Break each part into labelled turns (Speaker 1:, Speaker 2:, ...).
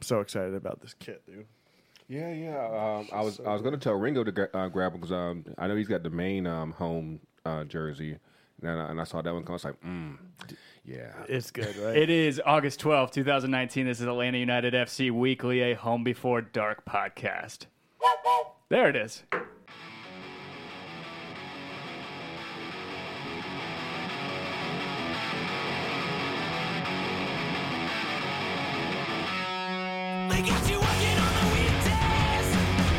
Speaker 1: so excited about this kit, dude.
Speaker 2: Yeah, yeah. Um, I was I was going to tell Ringo to gra- uh, grab because um, I know he's got the main um, home uh, jersey, and I, and I saw that one come. I was like, mm, yeah.
Speaker 1: It's good, right?
Speaker 3: It is August twelfth, two 2019. This is Atlanta United FC Weekly, a Home Before Dark podcast. There it is.
Speaker 4: They got you working on the weekdays.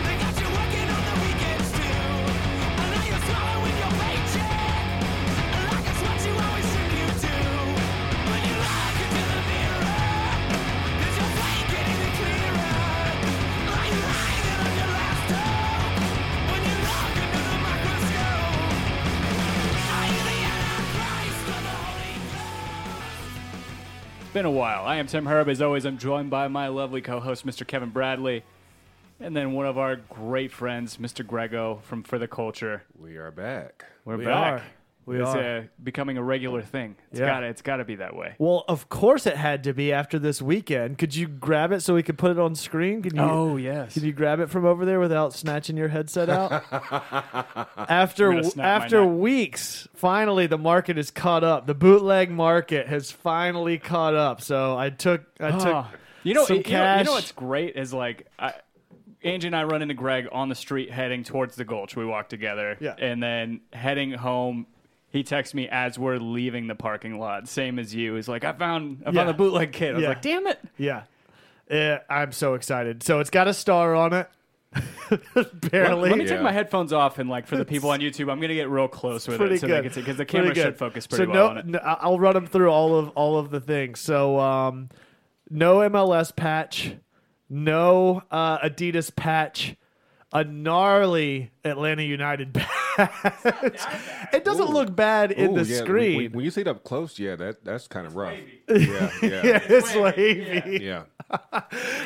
Speaker 4: They got you working on the weekends too. And now you're smiling with your paycheck. And like it's what you always dreamed you do. When you look into the mirror, does your way get any clearer? Are you hanging on your last hope? When you look into the microscope, are you the Antichrist or the Holy Ghost?
Speaker 3: Been a while. I am Tim Herb. As always, I'm joined by my lovely co-host, Mr. Kevin Bradley, and then one of our great friends, Mr. Grego from For the Culture.
Speaker 2: We are back.
Speaker 3: We're
Speaker 1: We
Speaker 3: back.
Speaker 1: are. We
Speaker 3: it's
Speaker 1: are.
Speaker 3: Uh, becoming a regular thing. It's
Speaker 1: Yeah.
Speaker 3: gotta. It's gotta be that way.
Speaker 1: Well, of course it had to be after this weekend. Could you grab it so we could put it on screen? Can you,
Speaker 3: Oh yes.
Speaker 1: Can you grab it from over there without snatching your headset out? after
Speaker 3: I'm gonna snap my
Speaker 1: after
Speaker 3: neck.
Speaker 1: weeks, finally the market is caught up. The bootleg market has finally caught up. So I took I took
Speaker 3: Ah. you know,
Speaker 1: some
Speaker 3: you, know, you
Speaker 1: cash.
Speaker 3: know what's great is like I, Angie and I run into Greg on the street heading towards the gulch. We walk together,
Speaker 1: Yeah.
Speaker 3: and then heading home. He texts me as we're leaving the parking lot, same as you. He's like, "I found, I
Speaker 1: Yeah.
Speaker 3: found the bootleg kid." I was
Speaker 1: Yeah.
Speaker 3: like, "Damn it!"
Speaker 1: Yeah. Eh, I'm so excited. So it's got a star on it. Barely.
Speaker 3: Let me take
Speaker 2: Yeah.
Speaker 3: my headphones off and like for the people on YouTube, I'm gonna get real close with
Speaker 1: pretty
Speaker 3: it so
Speaker 1: good
Speaker 3: they can see because the
Speaker 1: Pretty
Speaker 3: camera should
Speaker 1: good.
Speaker 3: focus pretty
Speaker 1: so
Speaker 3: well
Speaker 1: no,
Speaker 3: on it.
Speaker 1: no- I- I'll run them through all of all of the things. So um, no MLS patch, no uh, Adidas patch, a gnarly Atlanta United patch. it doesn't look bad in
Speaker 2: Ooh,
Speaker 1: the
Speaker 2: yeah, when-
Speaker 1: screen.
Speaker 2: When, when you see it up close, yeah, that that's kind of rough. Yeah, yeah,
Speaker 1: it's wavy.
Speaker 2: yeah.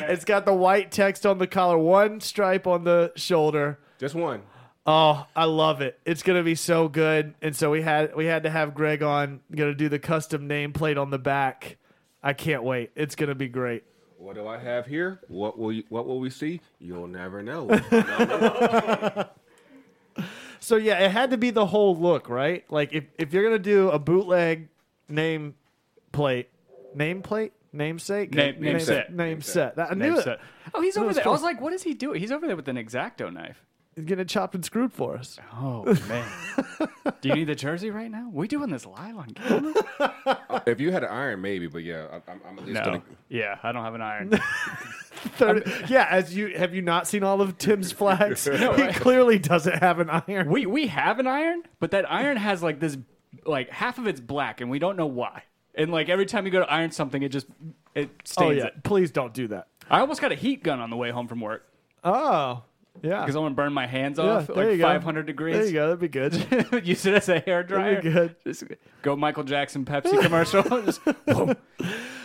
Speaker 1: It's got the white text on the collar, one stripe on the shoulder.
Speaker 2: Just one.
Speaker 1: Oh, I love it. It's gonna be so good. And so we had we had to have Greg on, gonna do the custom nameplate on the back. I can't wait. It's gonna be great.
Speaker 2: What do I have here? What will you, what will we see? You'll never know.
Speaker 1: So yeah, it had to be the whole look, right? Like if, if you're gonna do a bootleg name plate, name plate? Namesake?
Speaker 3: Name- name set.
Speaker 1: Name set. I knew
Speaker 3: Name
Speaker 1: it.
Speaker 3: set. Oh, he's
Speaker 1: No,
Speaker 3: over
Speaker 1: it's
Speaker 3: there. I
Speaker 1: cool.
Speaker 3: was like, "What is he doing?" He's over there with an exacto knife.
Speaker 1: He's getting it chopped and screwed for us.
Speaker 3: Oh man, do you need the jersey right now? We doing this live on camera?
Speaker 2: if you had an iron, maybe, but yeah, I, I'm, I'm at least
Speaker 3: No.
Speaker 2: gonna.
Speaker 3: Yeah, I don't have an iron.
Speaker 1: Thirty- yeah, as you have you not seen all of Tim's flags? he
Speaker 3: right.
Speaker 1: clearly doesn't have an iron.
Speaker 3: we we have an iron, but that iron has like this, like half of it's black, and we don't know why. And like every time you go to iron something, it just it
Speaker 1: oh
Speaker 3: stains
Speaker 1: yeah.
Speaker 3: it.
Speaker 1: Please don't do that.
Speaker 3: I almost got a heat gun on the way home from work
Speaker 1: Oh. Yeah.
Speaker 3: because I want to burn my hands
Speaker 1: Yeah,
Speaker 3: off at,
Speaker 1: there
Speaker 3: like
Speaker 1: you go.
Speaker 3: 500 degrees.
Speaker 1: There you go. That'd be good.
Speaker 3: Use it as a hair dryer.
Speaker 1: That'd be good.
Speaker 3: Just go Michael Jackson Pepsi commercial. Just-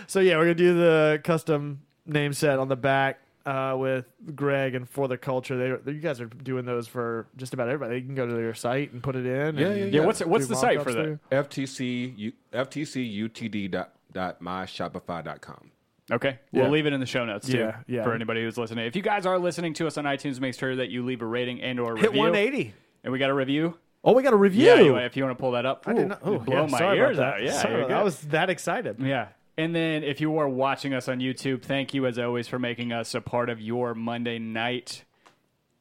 Speaker 1: so yeah, we're gonna do the custom name set on the back uh, with Greg and for the culture. They you guys are doing those for just about everybody. You can go to their site and put it in.
Speaker 2: Yeah,
Speaker 1: and
Speaker 2: yeah, yeah.
Speaker 3: yeah, what's what's
Speaker 1: do
Speaker 3: the site
Speaker 1: mock-ups
Speaker 3: for that?
Speaker 1: there.
Speaker 2: FTC U, FTCUTD dot dot myshopify.com.
Speaker 3: Okay.
Speaker 1: Yeah.
Speaker 3: We'll leave it in the show notes too
Speaker 1: Yeah, yeah.
Speaker 3: for anybody who's listening. If you guys are listening to us on iTunes, make sure that you leave a rating and or a
Speaker 1: Hit
Speaker 3: review.
Speaker 1: 180.
Speaker 3: And we got a review.
Speaker 1: Oh, we got a review.
Speaker 3: Yeah, you- if you want to pull that up.
Speaker 1: I
Speaker 3: Ooh,
Speaker 1: did not. Oh,
Speaker 3: you blow
Speaker 1: yeah,
Speaker 3: my
Speaker 1: sorry
Speaker 3: ears
Speaker 1: about that.
Speaker 3: out. Yeah,
Speaker 1: Sorry
Speaker 3: you're
Speaker 1: about that. I
Speaker 3: good.
Speaker 1: was that excited.
Speaker 3: Yeah. And then if you are watching us on YouTube, thank you as always for making us a part of your Monday night.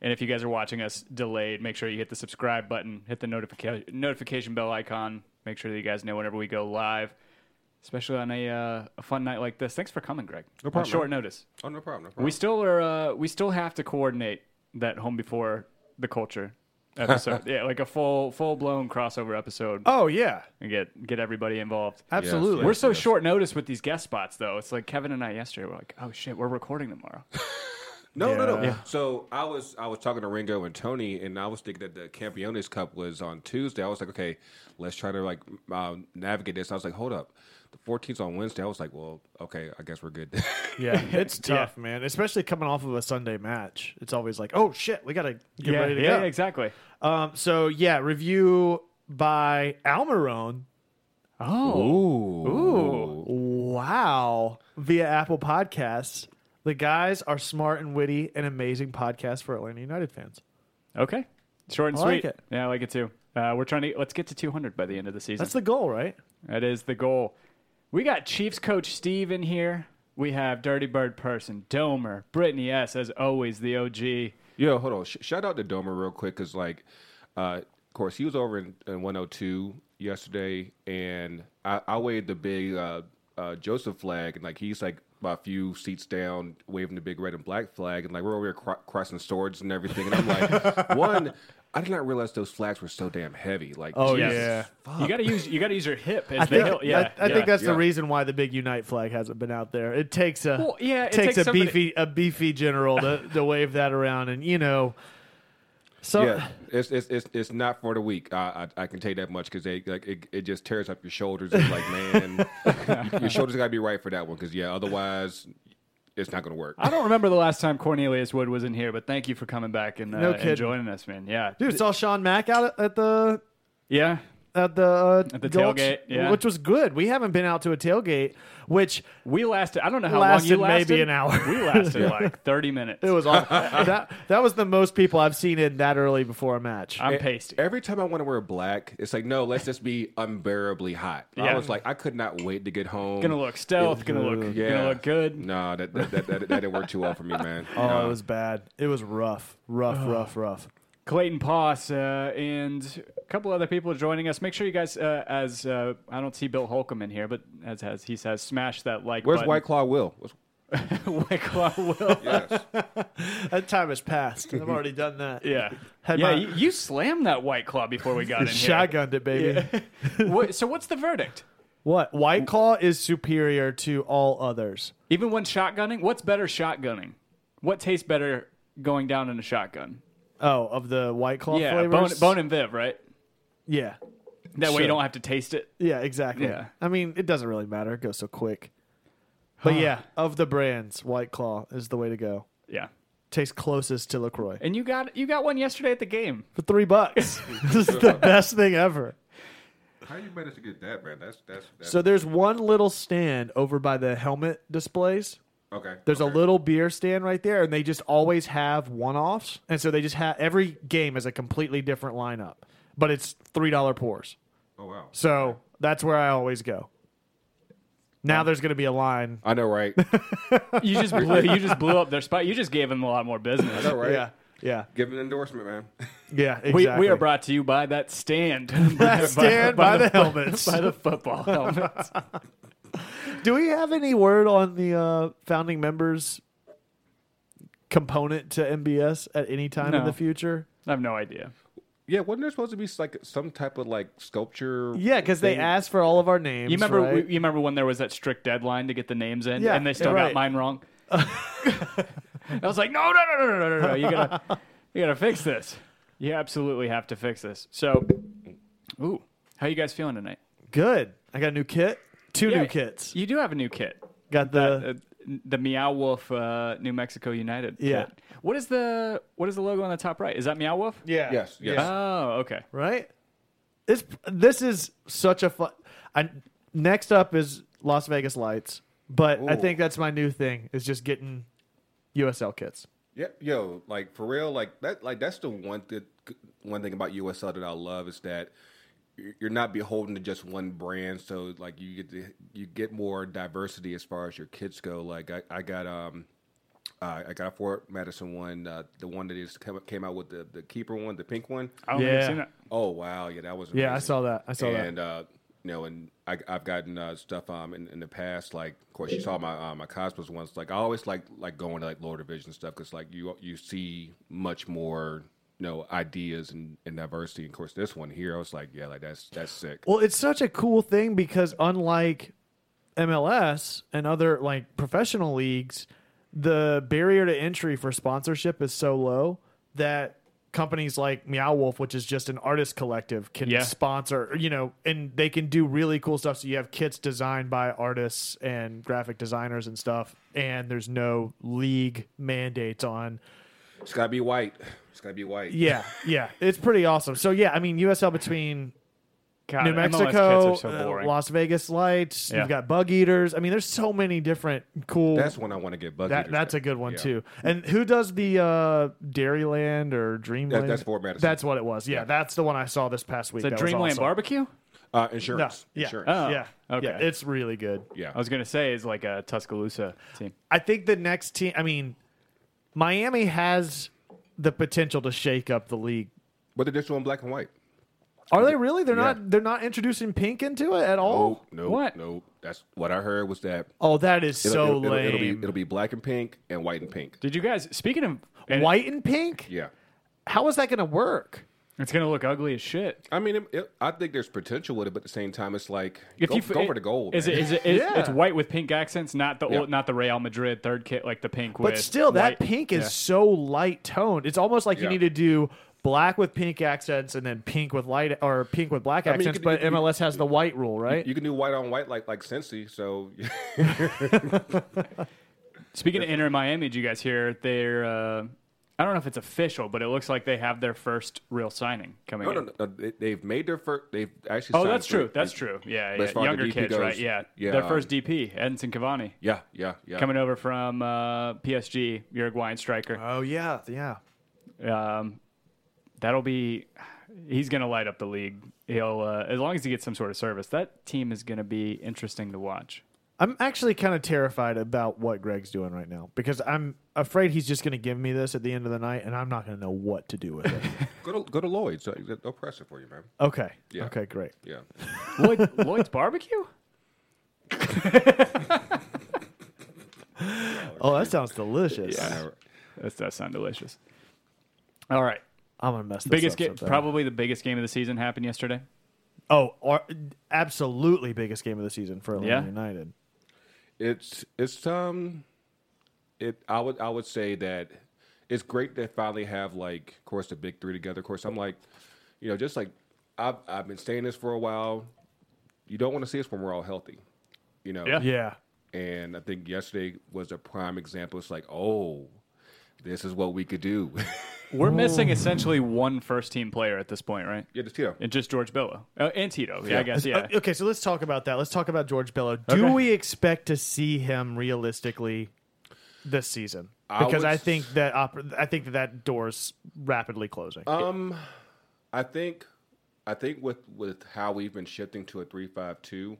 Speaker 3: And if you guys are watching us delayed, make sure you hit the subscribe button, hit the notification notification bell icon. Make sure that you guys know whenever we go live, especially on a, uh, a fun night like this. Thanks for coming, Greg. No
Speaker 2: problem,
Speaker 3: On short
Speaker 2: man.
Speaker 3: notice.
Speaker 2: Oh, no problem. No problem.
Speaker 3: We still are. Uh, we still have to coordinate that home before the culture episode. yeah, like a full full blown crossover episode
Speaker 1: Oh yeah,
Speaker 3: and get get everybody involved.
Speaker 1: absolutely.
Speaker 3: We're so short notice with these guest spots, though. It's like Kevin and I yesterday. We're like, oh shit, we're recording tomorrow.
Speaker 2: No, no, no.
Speaker 1: Yeah.
Speaker 2: So I was I was talking to Ringo and Tony, and I was thinking that the Campione's Cup was on Tuesday. I was like, okay, let's try to like um, navigate this. I was like, hold up, the 14th's on Wednesday. I was like, well, okay, I guess we're good.
Speaker 1: yeah, it's tough, man. Especially coming off of a Sunday match, it's always like, oh shit, we gotta get
Speaker 3: yeah,
Speaker 1: ready to
Speaker 3: yeah,
Speaker 1: go.
Speaker 3: exactly.
Speaker 1: Um, so yeah, review by Almarone.
Speaker 3: Oh,
Speaker 1: Wow, via Apple Podcasts. The guys are smart and witty, an amazing podcast for Atlanta United fans.
Speaker 3: okay. Short and
Speaker 1: I like
Speaker 3: sweet.
Speaker 1: it.
Speaker 3: Yeah, I like it too. Uh, we're trying to let's get to 200 by the end of the season.
Speaker 1: That's the goal, right?
Speaker 3: That is the goal. We got Chiefs coach Steve in here. We have Dirty Bird person Domer, Brittany S. As always, the OG.
Speaker 2: Yo, hold on. Sh- shout out to Domer real quick because, like, uh, of course, he was over in, in 102 yesterday, and I, I waved the big uh, uh, Joseph flag, and like he's like a few seats down, waving the big red and black flag, and like we're over here cro- crossing swords and everything, and I'm like, one. I did not realize those flags were so damn heavy. Like,
Speaker 1: Oh,
Speaker 2: Jesus
Speaker 1: yeah.
Speaker 3: You gotta use you gotta use your hip as
Speaker 1: I
Speaker 3: the
Speaker 1: think,
Speaker 3: hill. Yeah,
Speaker 1: I, I
Speaker 3: yeah.
Speaker 1: think that's the
Speaker 2: yeah.
Speaker 1: reason why the big Unite flag hasn't been out there. It takes a
Speaker 3: Well, yeah, it
Speaker 1: takes,
Speaker 3: takes
Speaker 1: a
Speaker 3: somebody-
Speaker 1: beefy a beefy general to, to wave that around, and you know, so
Speaker 2: yeah, it's, it's it's it's not for the weak. I I, I can tell you that much because they like it, it just tears up your shoulders. It's like man, your shoulders got to be right for that one because yeah, otherwise it's not gonna work.
Speaker 3: I don't remember the last time Cornelius Wood was in here, but thank you for coming back and, uh,
Speaker 1: No
Speaker 3: and
Speaker 1: kidding.
Speaker 3: joining us, man. Yeah,
Speaker 1: dude, saw Sean Mack out at the
Speaker 3: yeah.
Speaker 1: at the uh,
Speaker 3: At the
Speaker 1: Gulch,
Speaker 3: tailgate, yeah.
Speaker 1: which was good. We haven't been out to a tailgate, which
Speaker 3: We lasted. I don't know how
Speaker 1: lasted
Speaker 3: long you lasted.
Speaker 1: maybe an hour.
Speaker 3: We lasted like thirty minutes.
Speaker 1: It was all that. That was the most people I've seen in that early before a match.
Speaker 3: I'm pasty.
Speaker 2: Every time I want to wear black, it's like no, let's just be unbearably hot. I
Speaker 3: Yeah.
Speaker 2: was like, I could not wait to get home.
Speaker 3: gonna look stealth. Gonna look.
Speaker 2: Yeah.
Speaker 3: Gonna look good.
Speaker 2: No, that that, that, that, that didn't work too well for me, man.
Speaker 1: oh,
Speaker 2: No.
Speaker 3: uh,
Speaker 1: it was bad. It was rough, rough, rough, rough.
Speaker 3: Clayton Poss uh, and a couple other people joining us. Make sure you guys, uh, as uh, I don't see Bill Holcomb in here, but as, as he says, smash that like
Speaker 2: Where's
Speaker 3: button.
Speaker 2: White Claw Will? What's-
Speaker 3: White Claw will.
Speaker 2: yes.
Speaker 1: That time has passed. I've already done that.
Speaker 3: Yeah.
Speaker 1: Had
Speaker 3: yeah,
Speaker 1: my-
Speaker 3: you, you slammed that White Claw before we got in here.
Speaker 1: Shotgunned it, baby.
Speaker 3: What, so what's the verdict?
Speaker 1: What? White Claw is superior to all others.
Speaker 3: Even when shotgunning, what's better shotgunning? What tastes better going down in a shotgun?
Speaker 1: Oh, of the White Claw
Speaker 3: yeah, bone,
Speaker 1: flavors?
Speaker 3: bone and Viv, right?
Speaker 1: Yeah.
Speaker 3: That way
Speaker 1: Sure.
Speaker 3: you don't have to taste it.
Speaker 1: Yeah, exactly.
Speaker 3: Yeah.
Speaker 1: I mean, it doesn't really matter. It goes so quick. But yeah, of the brands, White Claw is the way to go.
Speaker 3: Yeah.
Speaker 1: Tastes closest to LaCroix.
Speaker 3: And you got you got one yesterday at the game.
Speaker 1: For three bucks. this is the best thing ever.
Speaker 2: How you managed to get that, man? That's that's, that's
Speaker 1: So there's one little stand over by the helmet displays.
Speaker 2: okay.
Speaker 1: There's a little beer stand right there, and they just always have one offs. And so they just have every game is a completely different lineup, but it's $3 pours.
Speaker 2: Oh wow.
Speaker 1: So that's where I always go. Now there's going to be a line.
Speaker 2: I know, right?
Speaker 3: You just blew, you just blew up their spot. You just gave them a lot more business.
Speaker 2: I know, right?
Speaker 1: Yeah. Yeah.
Speaker 2: Give an endorsement, man.
Speaker 1: Yeah. Exactly.
Speaker 3: We, we are brought to you by that stand.
Speaker 1: That stand by, the, helmets.
Speaker 3: By the football helmets.
Speaker 1: Do we have any word on the uh, founding members component to MBS at any time in
Speaker 3: No.
Speaker 1: the future?
Speaker 3: I have no idea.
Speaker 2: Yeah, wasn't there supposed to be like some type of like sculpture?
Speaker 1: Yeah, because they asked for all of our names.
Speaker 3: You remember
Speaker 1: right?
Speaker 3: you remember when there was that strict deadline to get the names in
Speaker 1: Yeah,
Speaker 3: and they still
Speaker 1: right.
Speaker 3: got mine wrong? I was like, no, no, no, no, no, no, no, no. You gotta you gotta fix this. You absolutely have to fix this. So Ooh. How you guys feeling tonight?
Speaker 1: Good. I got a new kit. Two
Speaker 3: Yeah,
Speaker 1: new kits.
Speaker 3: You do have a new kit.
Speaker 1: Got the
Speaker 3: Uh, the Meow Wolf uh, New Mexico United.
Speaker 1: Yeah.
Speaker 3: kit. What is the what is the logo on the top right? Is that Meow Wolf?
Speaker 1: yeah.
Speaker 2: Yes, yes.
Speaker 3: Oh, okay.
Speaker 1: right? It's this is such a fun. I, next up is Las Vegas Lights, but I
Speaker 2: Ooh.
Speaker 1: think that's my new thing is just getting USL kits.
Speaker 2: Yeah, yo, like for real, like that, like that's the one that one thing about USL that I love is that you're you're not beholden to just one brand. So like you get to, you get more diversity as far as your kids go. Like I, I got um Uh, I got a Fort Madison one, uh, the one that just come- came out with the, the keeper one, the pink one.
Speaker 3: I don't think I've
Speaker 1: Yeah.
Speaker 3: seen that.
Speaker 2: Oh wow, yeah, that was amazing.
Speaker 1: Yeah, I saw that. I saw that.
Speaker 2: and uh, you know, and I, I've gotten uh, stuff um in, in the past. Like, of course, you saw my uh, my cosplays once. Like, I always like like going to like Lord Division stuff because like you you see much more you know ideas and, and diversity. And of course, this one here, I was like, yeah, like that's that's sick.
Speaker 1: Well, it's such a cool thing because unlike MLS and other like professional leagues, the barrier to entry for sponsorship is so low that companies like Meow Wolf, which is just an artist collective, can
Speaker 3: Yeah.
Speaker 1: sponsor, you know, and they can do really cool stuff. So you have kits designed by artists and graphic designers and stuff, and there's no league mandates on
Speaker 2: It's gotta be white. It's gotta be white.
Speaker 1: yeah, yeah. It's pretty awesome. So yeah, I mean USL between
Speaker 3: God,
Speaker 1: New
Speaker 3: MLS
Speaker 1: Mexico,
Speaker 3: kits are
Speaker 1: uh,
Speaker 3: so boring.
Speaker 1: Las Vegas lights.
Speaker 3: Yeah.
Speaker 1: You've got bug eaters. I mean, there's so many different cool.
Speaker 2: That's when I want to get bug
Speaker 1: that,
Speaker 2: eaters
Speaker 1: that's
Speaker 2: back.
Speaker 1: a good one
Speaker 2: Yeah.
Speaker 1: too. And who does the uh, Dairyland or Dreamland?
Speaker 2: that's Fort Madison.
Speaker 1: That's what it was. Yeah, that's the one I saw this past week.
Speaker 3: the
Speaker 1: That was
Speaker 3: Dreamland
Speaker 1: awesome.
Speaker 3: barbecue.
Speaker 2: Uh,
Speaker 1: No,
Speaker 2: insurance.
Speaker 1: yeah, Uh-huh.
Speaker 2: Insurance.
Speaker 3: Oh,
Speaker 1: yeah,
Speaker 3: okay.
Speaker 1: yeah. It's really good.
Speaker 2: yeah.
Speaker 3: I was gonna say is like a Tuscaloosa team.
Speaker 1: I think the next team. I mean, Miami has the potential to shake up the league.
Speaker 2: but they're just doing black and white.
Speaker 1: Are they really? They're
Speaker 2: Yeah.
Speaker 1: not. They're not introducing pink into it at all.
Speaker 2: Oh no,
Speaker 3: What?
Speaker 2: no. That's what I heard was that
Speaker 1: Oh, that is
Speaker 2: it'll-
Speaker 1: so
Speaker 2: it'll, it'll-
Speaker 1: lame.
Speaker 2: it'll be it'll be black and pink and white and pink.
Speaker 3: Did you guys? Speaking of and
Speaker 1: White and pink?
Speaker 2: Yeah.
Speaker 1: How is that going to work?
Speaker 3: it's gonna look ugly as shit.
Speaker 2: I mean, it, it, I think there's potential with it, but at the same time, it's like
Speaker 3: If
Speaker 2: go,
Speaker 3: you
Speaker 2: go for the gold.
Speaker 3: is
Speaker 2: man.
Speaker 3: it is it is,
Speaker 1: Yeah.
Speaker 3: it's white with pink accents, not the
Speaker 2: Yeah.
Speaker 3: old, not the Real Madrid third kit like the pink.
Speaker 1: But
Speaker 3: with
Speaker 1: still,
Speaker 3: white.
Speaker 1: that pink is
Speaker 3: Yeah.
Speaker 1: so light toned. It's almost like you
Speaker 2: Yeah.
Speaker 1: need to do black with pink accents and then pink with light or pink with black
Speaker 2: mean, you
Speaker 1: accents.
Speaker 2: could-
Speaker 1: but
Speaker 2: you-
Speaker 1: MLS has the white rule, right?
Speaker 2: You can do white on white like like Cincy. So
Speaker 3: Speaking of Inter Miami, did you guys hear they're? Uh, I don't know if it's official, but it looks like they have their first real signing coming.
Speaker 2: Oh, no,
Speaker 3: in.
Speaker 2: no, no, they- they've made their first. They've
Speaker 3: Oh,
Speaker 2: actually. signed
Speaker 3: that's
Speaker 2: three-
Speaker 3: true. That's
Speaker 2: they-
Speaker 3: true. Yeah,
Speaker 2: But as
Speaker 3: yeah.
Speaker 2: far as the
Speaker 3: younger
Speaker 2: DP
Speaker 3: kids,
Speaker 2: goes,
Speaker 3: right? Yeah,
Speaker 2: yeah,
Speaker 3: Their
Speaker 2: um,
Speaker 3: first DP, Edinson Cavani,
Speaker 2: Yeah, yeah, yeah.
Speaker 3: coming over from uh, PSG, Uruguayan striker.
Speaker 1: oh, yeah. Yeah.
Speaker 3: Um, that'll be. He's gonna light up the league. He'll uh, as long as he gets some sort of service. That team is gonna be interesting to watch.
Speaker 1: I'm actually kind of terrified about what Greg's doing right now because I'm afraid he's just going to give me this at the end of the night and I'm not going to know what to do with it.
Speaker 2: Go to go to Lloyd's. Uh, They'll press it for you, man.
Speaker 1: okay.
Speaker 2: Yeah.
Speaker 1: Okay, great.
Speaker 2: Yeah.
Speaker 3: Lloyd, Lloyd's barbecue.
Speaker 1: Oh, that sounds delicious.
Speaker 2: Never-
Speaker 3: That does sound delicious. All right,
Speaker 1: I'm going to mess this
Speaker 3: biggest
Speaker 1: up
Speaker 3: game,
Speaker 1: sometime.
Speaker 3: probably the biggest game of the season happened yesterday.
Speaker 1: Oh, or, absolutely biggest game of the season for Atlanta
Speaker 3: Yeah.
Speaker 1: United.
Speaker 2: It's it's um, it. I would I would say that it's great to finally have like, of course, the big three together. Of course, I'm like, you know, just like I've I've been saying this for a while. You don't want to see us when we're all healthy, you know.
Speaker 3: Yeah.
Speaker 1: Yeah.
Speaker 2: And I think yesterday was a prime example. It's like, oh, this is what we could do.
Speaker 3: We're missing essentially one first team player at this point, right?
Speaker 2: yeah, just you know,
Speaker 3: And just George Bello oh, and Tito. Yeah, I guess. Yeah,
Speaker 1: O- Okay, so let's talk about that. Let's talk about George Bello. Do
Speaker 3: Okay.
Speaker 1: we expect to see him realistically this season?
Speaker 2: I
Speaker 1: Because
Speaker 2: would
Speaker 1: I,
Speaker 2: s-
Speaker 1: think that oper- I think that, that door's rapidly closing.
Speaker 3: Uh,
Speaker 2: I think, I think with with how we've been shifting to a three five two,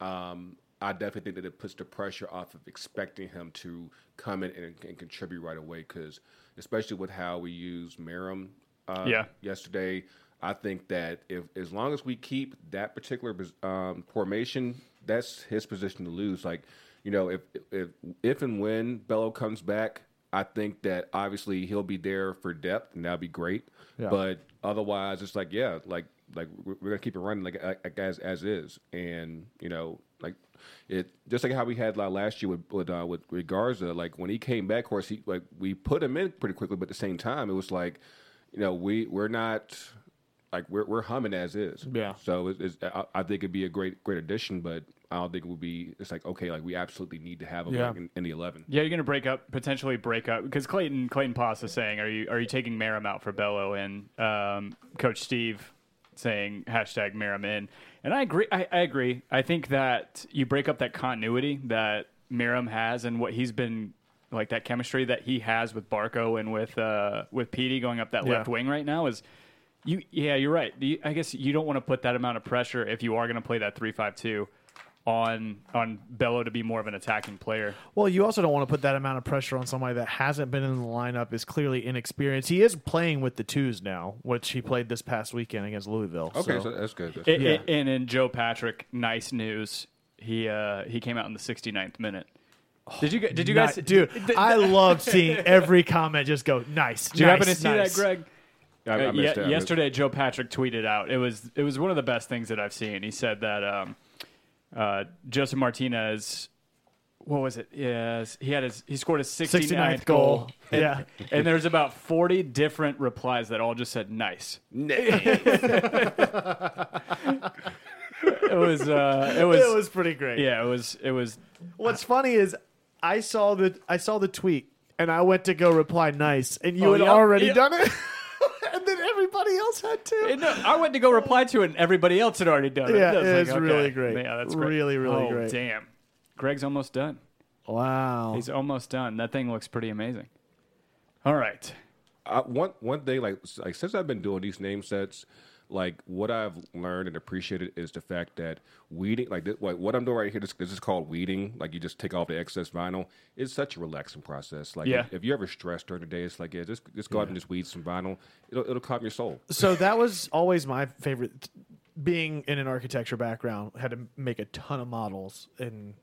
Speaker 2: um, I definitely think that it puts the pressure off of expecting him to come in and, and contribute right away. Because especially with how we use Merrim, uh,
Speaker 3: Yeah.
Speaker 2: yesterday, I think that if as long as we keep that particular um, formation, that's his position to lose. Like, you know, if if if and when Bello comes back. I think that obviously he'll be there for depth, and that'll be great. But otherwise, it's like yeah, like like we're we're gonna keep it running like, like as as is, and you know like it just like how we had like, last year with with, uh, with with Garza. Like when he came back, of course, he like we put him in pretty quickly, but at the same time, it was like you know we we're not like we're we're humming as is.
Speaker 1: Yeah.
Speaker 2: So it's, it's, I, I think it'd be a great great addition, but I don't think it would be. It's like okay, like we absolutely need to have him
Speaker 1: Yeah.
Speaker 2: like, in, in the eleven.
Speaker 3: yeah. You're gonna break up potentially break up because Clayton Clayton Poss is saying, are you are you taking Merrim out for Bello and um, Coach Steve saying hashtag Merrim in? And I agree. I, I agree. I think that you break up that continuity that Merrim has and what he's been like that chemistry that he has with Barco and with uh, with Petey going up that
Speaker 1: Yeah.
Speaker 3: left wing right now is. You yeah, you're right. You, I guess you don't want to put that amount of pressure if you are going to play that three five two on on Bello to be more of an attacking player.
Speaker 1: Well, you also don't want to put that amount of pressure on somebody that hasn't been in the lineup, is clearly inexperienced. He is playing with the twos now, which he played this past weekend against Louisville.
Speaker 2: Okay,
Speaker 1: so-
Speaker 2: so, that's good. That's
Speaker 3: It,
Speaker 1: Yeah.
Speaker 3: it- and in Joe Patrick, nice news. He uh, he came out in the 69th minute. Did you gu- did you guys
Speaker 1: Oh, Ni- dude,
Speaker 3: Did-
Speaker 1: I love seeing every comment just go nice.
Speaker 3: did you happen to
Speaker 1: nice,
Speaker 3: see
Speaker 1: nice."
Speaker 3: that, Greg?
Speaker 2: good. I, I
Speaker 3: Uh,
Speaker 2: missed
Speaker 3: ye-
Speaker 2: that. I missed-
Speaker 3: yesterday, Joe Patrick tweeted out. It was it was one of the best things that I've seen. He said that um, uh, Joseph Martinez, what was it? Yes, he had his he scored his 69th,
Speaker 1: 69th
Speaker 3: goal.
Speaker 1: goal. Yeah.
Speaker 3: and there's about 40 different replies that all just said nice. It was uh, it was,
Speaker 1: It was pretty great.
Speaker 3: yeah, it was it was
Speaker 1: What's funny is I saw the I saw the tweet and I went to go reply nice and you
Speaker 3: Oh,
Speaker 1: had
Speaker 3: yeah?
Speaker 1: already
Speaker 3: Yeah.
Speaker 1: done it. and then everybody else had too.
Speaker 3: And no, I went to go reply to it, and everybody else had already done it.
Speaker 1: Yeah,
Speaker 3: I was
Speaker 1: it
Speaker 3: like,
Speaker 1: is really great.
Speaker 3: Yeah, that's great.
Speaker 1: Really, really
Speaker 3: Oh,
Speaker 1: great.
Speaker 3: Damn, Greg's almost done.
Speaker 1: wow.
Speaker 3: He's almost done. That thing looks pretty amazing. All right.
Speaker 2: I, one one thing like s- like since I've been doing these name sets, like what I've learned and appreciated is the fact that weeding like this, like what I'm doing right here. This, this is called weeding. Like you just take off the excess vinyl. It's such a relaxing process. Like
Speaker 3: Yeah.
Speaker 2: if, you're ever stressed during the day, it's like yeah, just just go out and just weed some vinyl. It'll it'll calm your soul.
Speaker 1: so that was always my favorite being in an architecture background had to make a ton of models in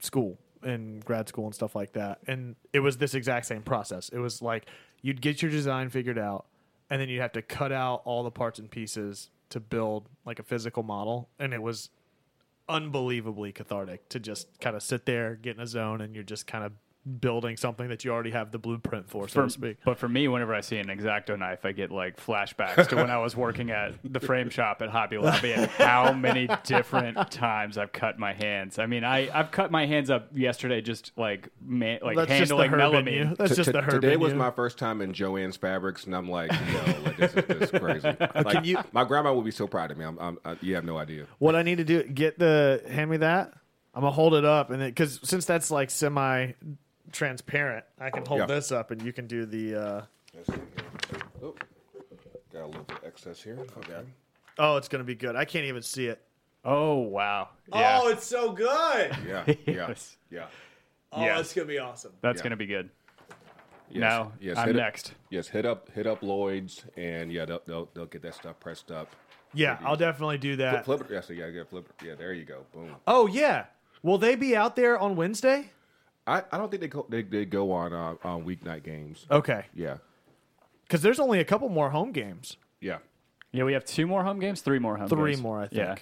Speaker 1: school in grad school and stuff like that and it was this exact same process it was like you'd get your design figured out and then you'd have to cut out all the parts and pieces to build like a physical model and it was unbelievably cathartic to just kind of sit there get in a zone and you're just kind of building something that you already have the blueprint for so
Speaker 3: For-
Speaker 1: to speak
Speaker 3: But for me, whenever I see an exacto knife, I get like flashbacks to when I was working at the frame shop at Hobby Lobby and how many different times I've cut my hands. I mean, I, I've cut my hands up yesterday just like man, like
Speaker 1: that's just the
Speaker 3: handling
Speaker 1: herb in
Speaker 3: melamine.
Speaker 1: you. That's
Speaker 2: T-
Speaker 1: just
Speaker 2: t-
Speaker 1: the herb
Speaker 2: today
Speaker 1: in
Speaker 2: was
Speaker 1: you.
Speaker 2: my first time in Joanne's Fabrics, and I'm like, yo, like, this, is, this is crazy. Like, my grandma would be so proud of me. I'm, I'm, I, you have no idea.
Speaker 1: What I need to do, get the hand me that. I'm gonna hold it up, and because since that's like semi transparent, I can hold
Speaker 2: Yeah.
Speaker 1: this up, and you can do the. Uh,
Speaker 2: Oh, got a little bit of excess here. Okay.
Speaker 1: oh, it's gonna be good. I can't even see it.
Speaker 3: Oh, wow. Yeah.
Speaker 1: Oh, it's so good.
Speaker 2: Yeah, yeah,
Speaker 3: Yes.
Speaker 2: yeah.
Speaker 1: Oh,
Speaker 3: Yeah.
Speaker 1: it's gonna be awesome.
Speaker 3: That's
Speaker 2: Yeah.
Speaker 3: going to be good.
Speaker 2: Yes,
Speaker 3: now
Speaker 2: yes,
Speaker 3: I'm
Speaker 2: hit up-
Speaker 3: next.
Speaker 2: yes, hit up, hit up Lloyd's, and yeah, they'll they'll, they'll get that stuff pressed up.
Speaker 1: Yeah, I'll definitely do that.
Speaker 2: Flip it. Yes, yeah, yeah, flip it. Yeah, there you go. Boom.
Speaker 1: Oh yeah, will they be out there on Wednesday?
Speaker 2: I, I don't think they go they, they go on uh, on weeknight games.
Speaker 1: Okay,
Speaker 2: Yeah,
Speaker 1: because there's only a couple more home games.
Speaker 2: yeah.
Speaker 3: Yeah, we have two more home games, three more home
Speaker 1: Three
Speaker 3: games.
Speaker 1: more, I think.
Speaker 3: Yeah.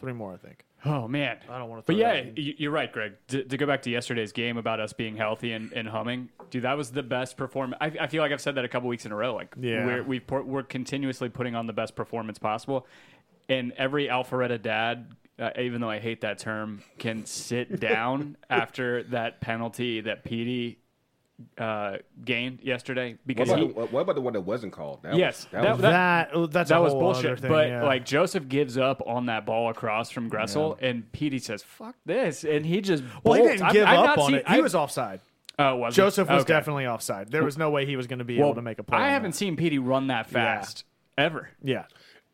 Speaker 1: Three more, I think.
Speaker 3: Oh man, I
Speaker 1: don't wanna
Speaker 3: But
Speaker 1: throw
Speaker 3: yeah,
Speaker 1: that in.
Speaker 3: y- you're right, Greg. To, to go back to yesterday's game about us being healthy and, and humming, dude, that was the best performance. I, I feel like I've said that a couple weeks in a row. Like,
Speaker 1: Yeah.
Speaker 3: we're we've put- we're continuously putting on the best performance possible, and every Alpharetta dad. Uh, even though I hate that term, can sit down after that penalty that Petey uh, gained yesterday
Speaker 2: What
Speaker 3: because
Speaker 2: about,
Speaker 3: he,
Speaker 2: the, what what about the one that wasn't called? That
Speaker 3: Yes,
Speaker 2: was, that,
Speaker 3: that-
Speaker 2: was
Speaker 1: That, oh, that's
Speaker 3: that
Speaker 1: a
Speaker 3: was
Speaker 1: whole other
Speaker 3: bullshit.
Speaker 1: thing,
Speaker 3: but
Speaker 1: yeah.
Speaker 3: like Joseph gives up on that ball across from Gressel, and Petey says, "Fuck this," and he just
Speaker 1: well, he
Speaker 3: bolts.
Speaker 1: didn't
Speaker 3: I've-
Speaker 1: give
Speaker 3: I've
Speaker 1: up
Speaker 3: not
Speaker 1: on
Speaker 3: seen-
Speaker 1: it. He
Speaker 3: I've-
Speaker 1: was offside.
Speaker 3: Oh, was he?
Speaker 1: Joseph was
Speaker 3: Okay.
Speaker 1: definitely offside. There was no way he was going to be
Speaker 3: Well,
Speaker 1: able to make a play.
Speaker 3: I
Speaker 1: on
Speaker 3: haven't
Speaker 1: that.
Speaker 3: seen Petey run that fast ever.
Speaker 1: Yeah.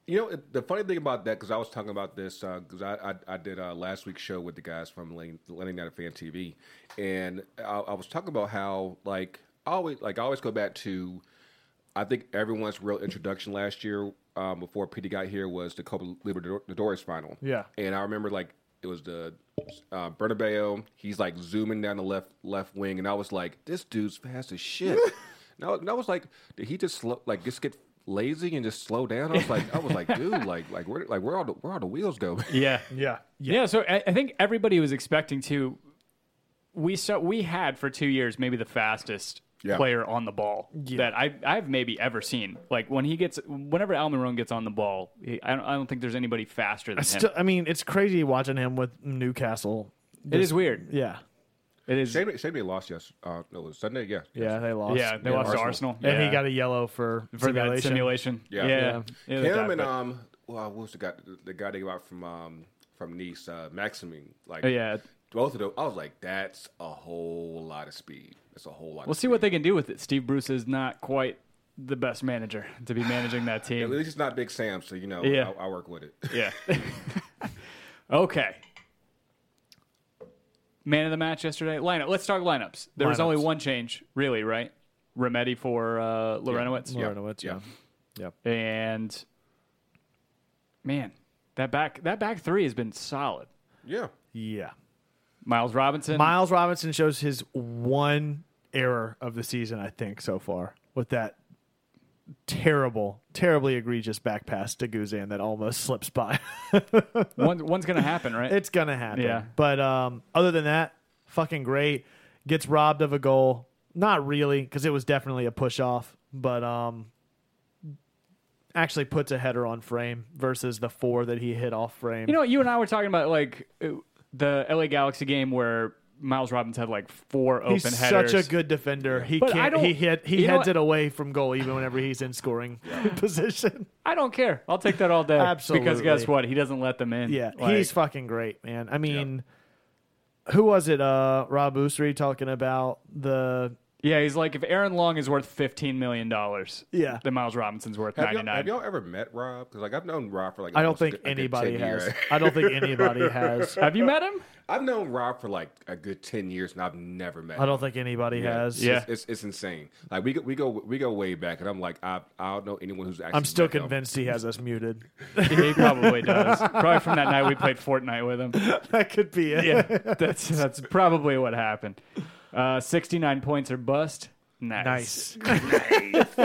Speaker 2: You know it- the funny thing about that because I was talking about this because I, I I did uh, last week's show with the guys from Lenny Lenny Not a Fan TV, and I, I was talking about how like I always like I always go back to I think everyone's real introduction last year um, before Petey got here was the Copa Libertadores final.
Speaker 1: Yeah.
Speaker 2: and I remember like it was the uh, Bernabeu. He's like zooming down the left left wing, and I was like, this dude's fast as shit. and, I, was- and I was like, did he just slow, like just get lazy and just slow down? I was like, I was like, dude, like like where like where all the where all the wheels go?
Speaker 3: Yeah,
Speaker 1: Yeah.
Speaker 3: yeah. so I, I think everybody was expecting to. We so we had for two years maybe the fastest
Speaker 2: Yeah.
Speaker 3: player on the ball that I I've maybe ever seen. Like when he gets, whenever Al Marone gets on the ball, he, I don't I don't think there's anybody faster than him.
Speaker 1: Still, I mean, it's crazy watching him with Newcastle.
Speaker 3: it is weird.
Speaker 1: Yeah.
Speaker 3: It is.
Speaker 2: Shame they- shame they lost yes. Uh, no, it was Sunday. Yeah,
Speaker 1: Yeah, they lost.
Speaker 3: Yeah, they lost to Arsenal.
Speaker 1: And
Speaker 3: yeah.
Speaker 1: he got a yellow for,
Speaker 3: for
Speaker 1: simulation.
Speaker 3: that simulation.
Speaker 2: Yeah.
Speaker 3: yeah. yeah.
Speaker 2: Him
Speaker 3: that-
Speaker 2: and
Speaker 3: but-
Speaker 2: um, well, what was the guy? The guy they got from um from Nice, uh, Maximin. Like,
Speaker 3: Oh, yeah.
Speaker 2: both of them. I was like, that's a whole lot of speed. That's a whole lot.
Speaker 3: we'll see what they can do with it. Steve Bruce is not quite the best manager to be managing that
Speaker 2: At
Speaker 3: team.
Speaker 2: least it's not Big Sam, so you know,
Speaker 3: Yeah.
Speaker 2: I, I work with it.
Speaker 3: yeah. okay. man of the match yesterday? Lineup. Let's talk lineups. There was only
Speaker 1: Lineups.
Speaker 3: one change, really, right? Remedy for uh, Lorenowitz.
Speaker 1: Lorenowitz, yeah.
Speaker 2: Yeah.
Speaker 3: And man, that back that back three has been solid.
Speaker 2: Yeah.
Speaker 1: Yeah.
Speaker 3: Miles Robinson.
Speaker 1: Miles Robinson shows his one error of the season, I think, so far with that terrible, terribly egregious back pass to Guzan that almost slips by.
Speaker 3: one, one's gonna happen, right?
Speaker 1: it's gonna happen.
Speaker 3: Yeah.
Speaker 1: But um, other than that, fucking great. Gets robbed of a goal. Not really, because it was definitely a push off, but um, actually puts a header on frame versus the four that he hit off frame.
Speaker 3: you know, you and I were talking about like uh, the LA Galaxy game where Miles Robinson had like four open
Speaker 1: He's
Speaker 3: headers.
Speaker 1: such a good defender. He
Speaker 3: But I
Speaker 1: can't.
Speaker 3: don't-
Speaker 1: He hit. He
Speaker 3: you know
Speaker 1: heads
Speaker 3: what?
Speaker 1: it away from goal even whenever he's in scoring position.
Speaker 3: I don't care. I'll take that all day. Because
Speaker 1: Absolutely.
Speaker 3: guess what? He doesn't let them in.
Speaker 1: Yeah,
Speaker 3: Like,
Speaker 1: he's fucking great, man. I mean, who was it? Uh, Rob Usry talking about the
Speaker 3: yeah. He's like if Aaron Long is worth fifteen million dollars,
Speaker 1: Yeah.
Speaker 3: then Miles Robinson's worth
Speaker 2: Have
Speaker 3: ninety
Speaker 2: y'all, have
Speaker 3: nine.
Speaker 2: y'all ever met Rob? Because like I've known Rob for like
Speaker 1: I don't
Speaker 2: almost
Speaker 1: think
Speaker 2: a good- a good
Speaker 1: anybody
Speaker 2: 10
Speaker 1: has.
Speaker 2: years.
Speaker 1: I don't think anybody has.
Speaker 3: Have you met him?
Speaker 2: I've known Rob for like a good ten years, and I've never met.
Speaker 1: I
Speaker 2: him.
Speaker 1: don't think anybody has.
Speaker 3: Yeah.
Speaker 2: It's, it's, it's insane. Like we go, we go we go way back, and I'm like I I don't know anyone who's actually.
Speaker 1: I'm still
Speaker 2: met him.
Speaker 1: convinced he has us muted.
Speaker 3: he probably does. Probably from that night we played Fortnite with him.
Speaker 1: that could be it.
Speaker 3: yeah, that's that's probably what happened. Uh, Sixty nine points or bust. Nice.
Speaker 1: Nice.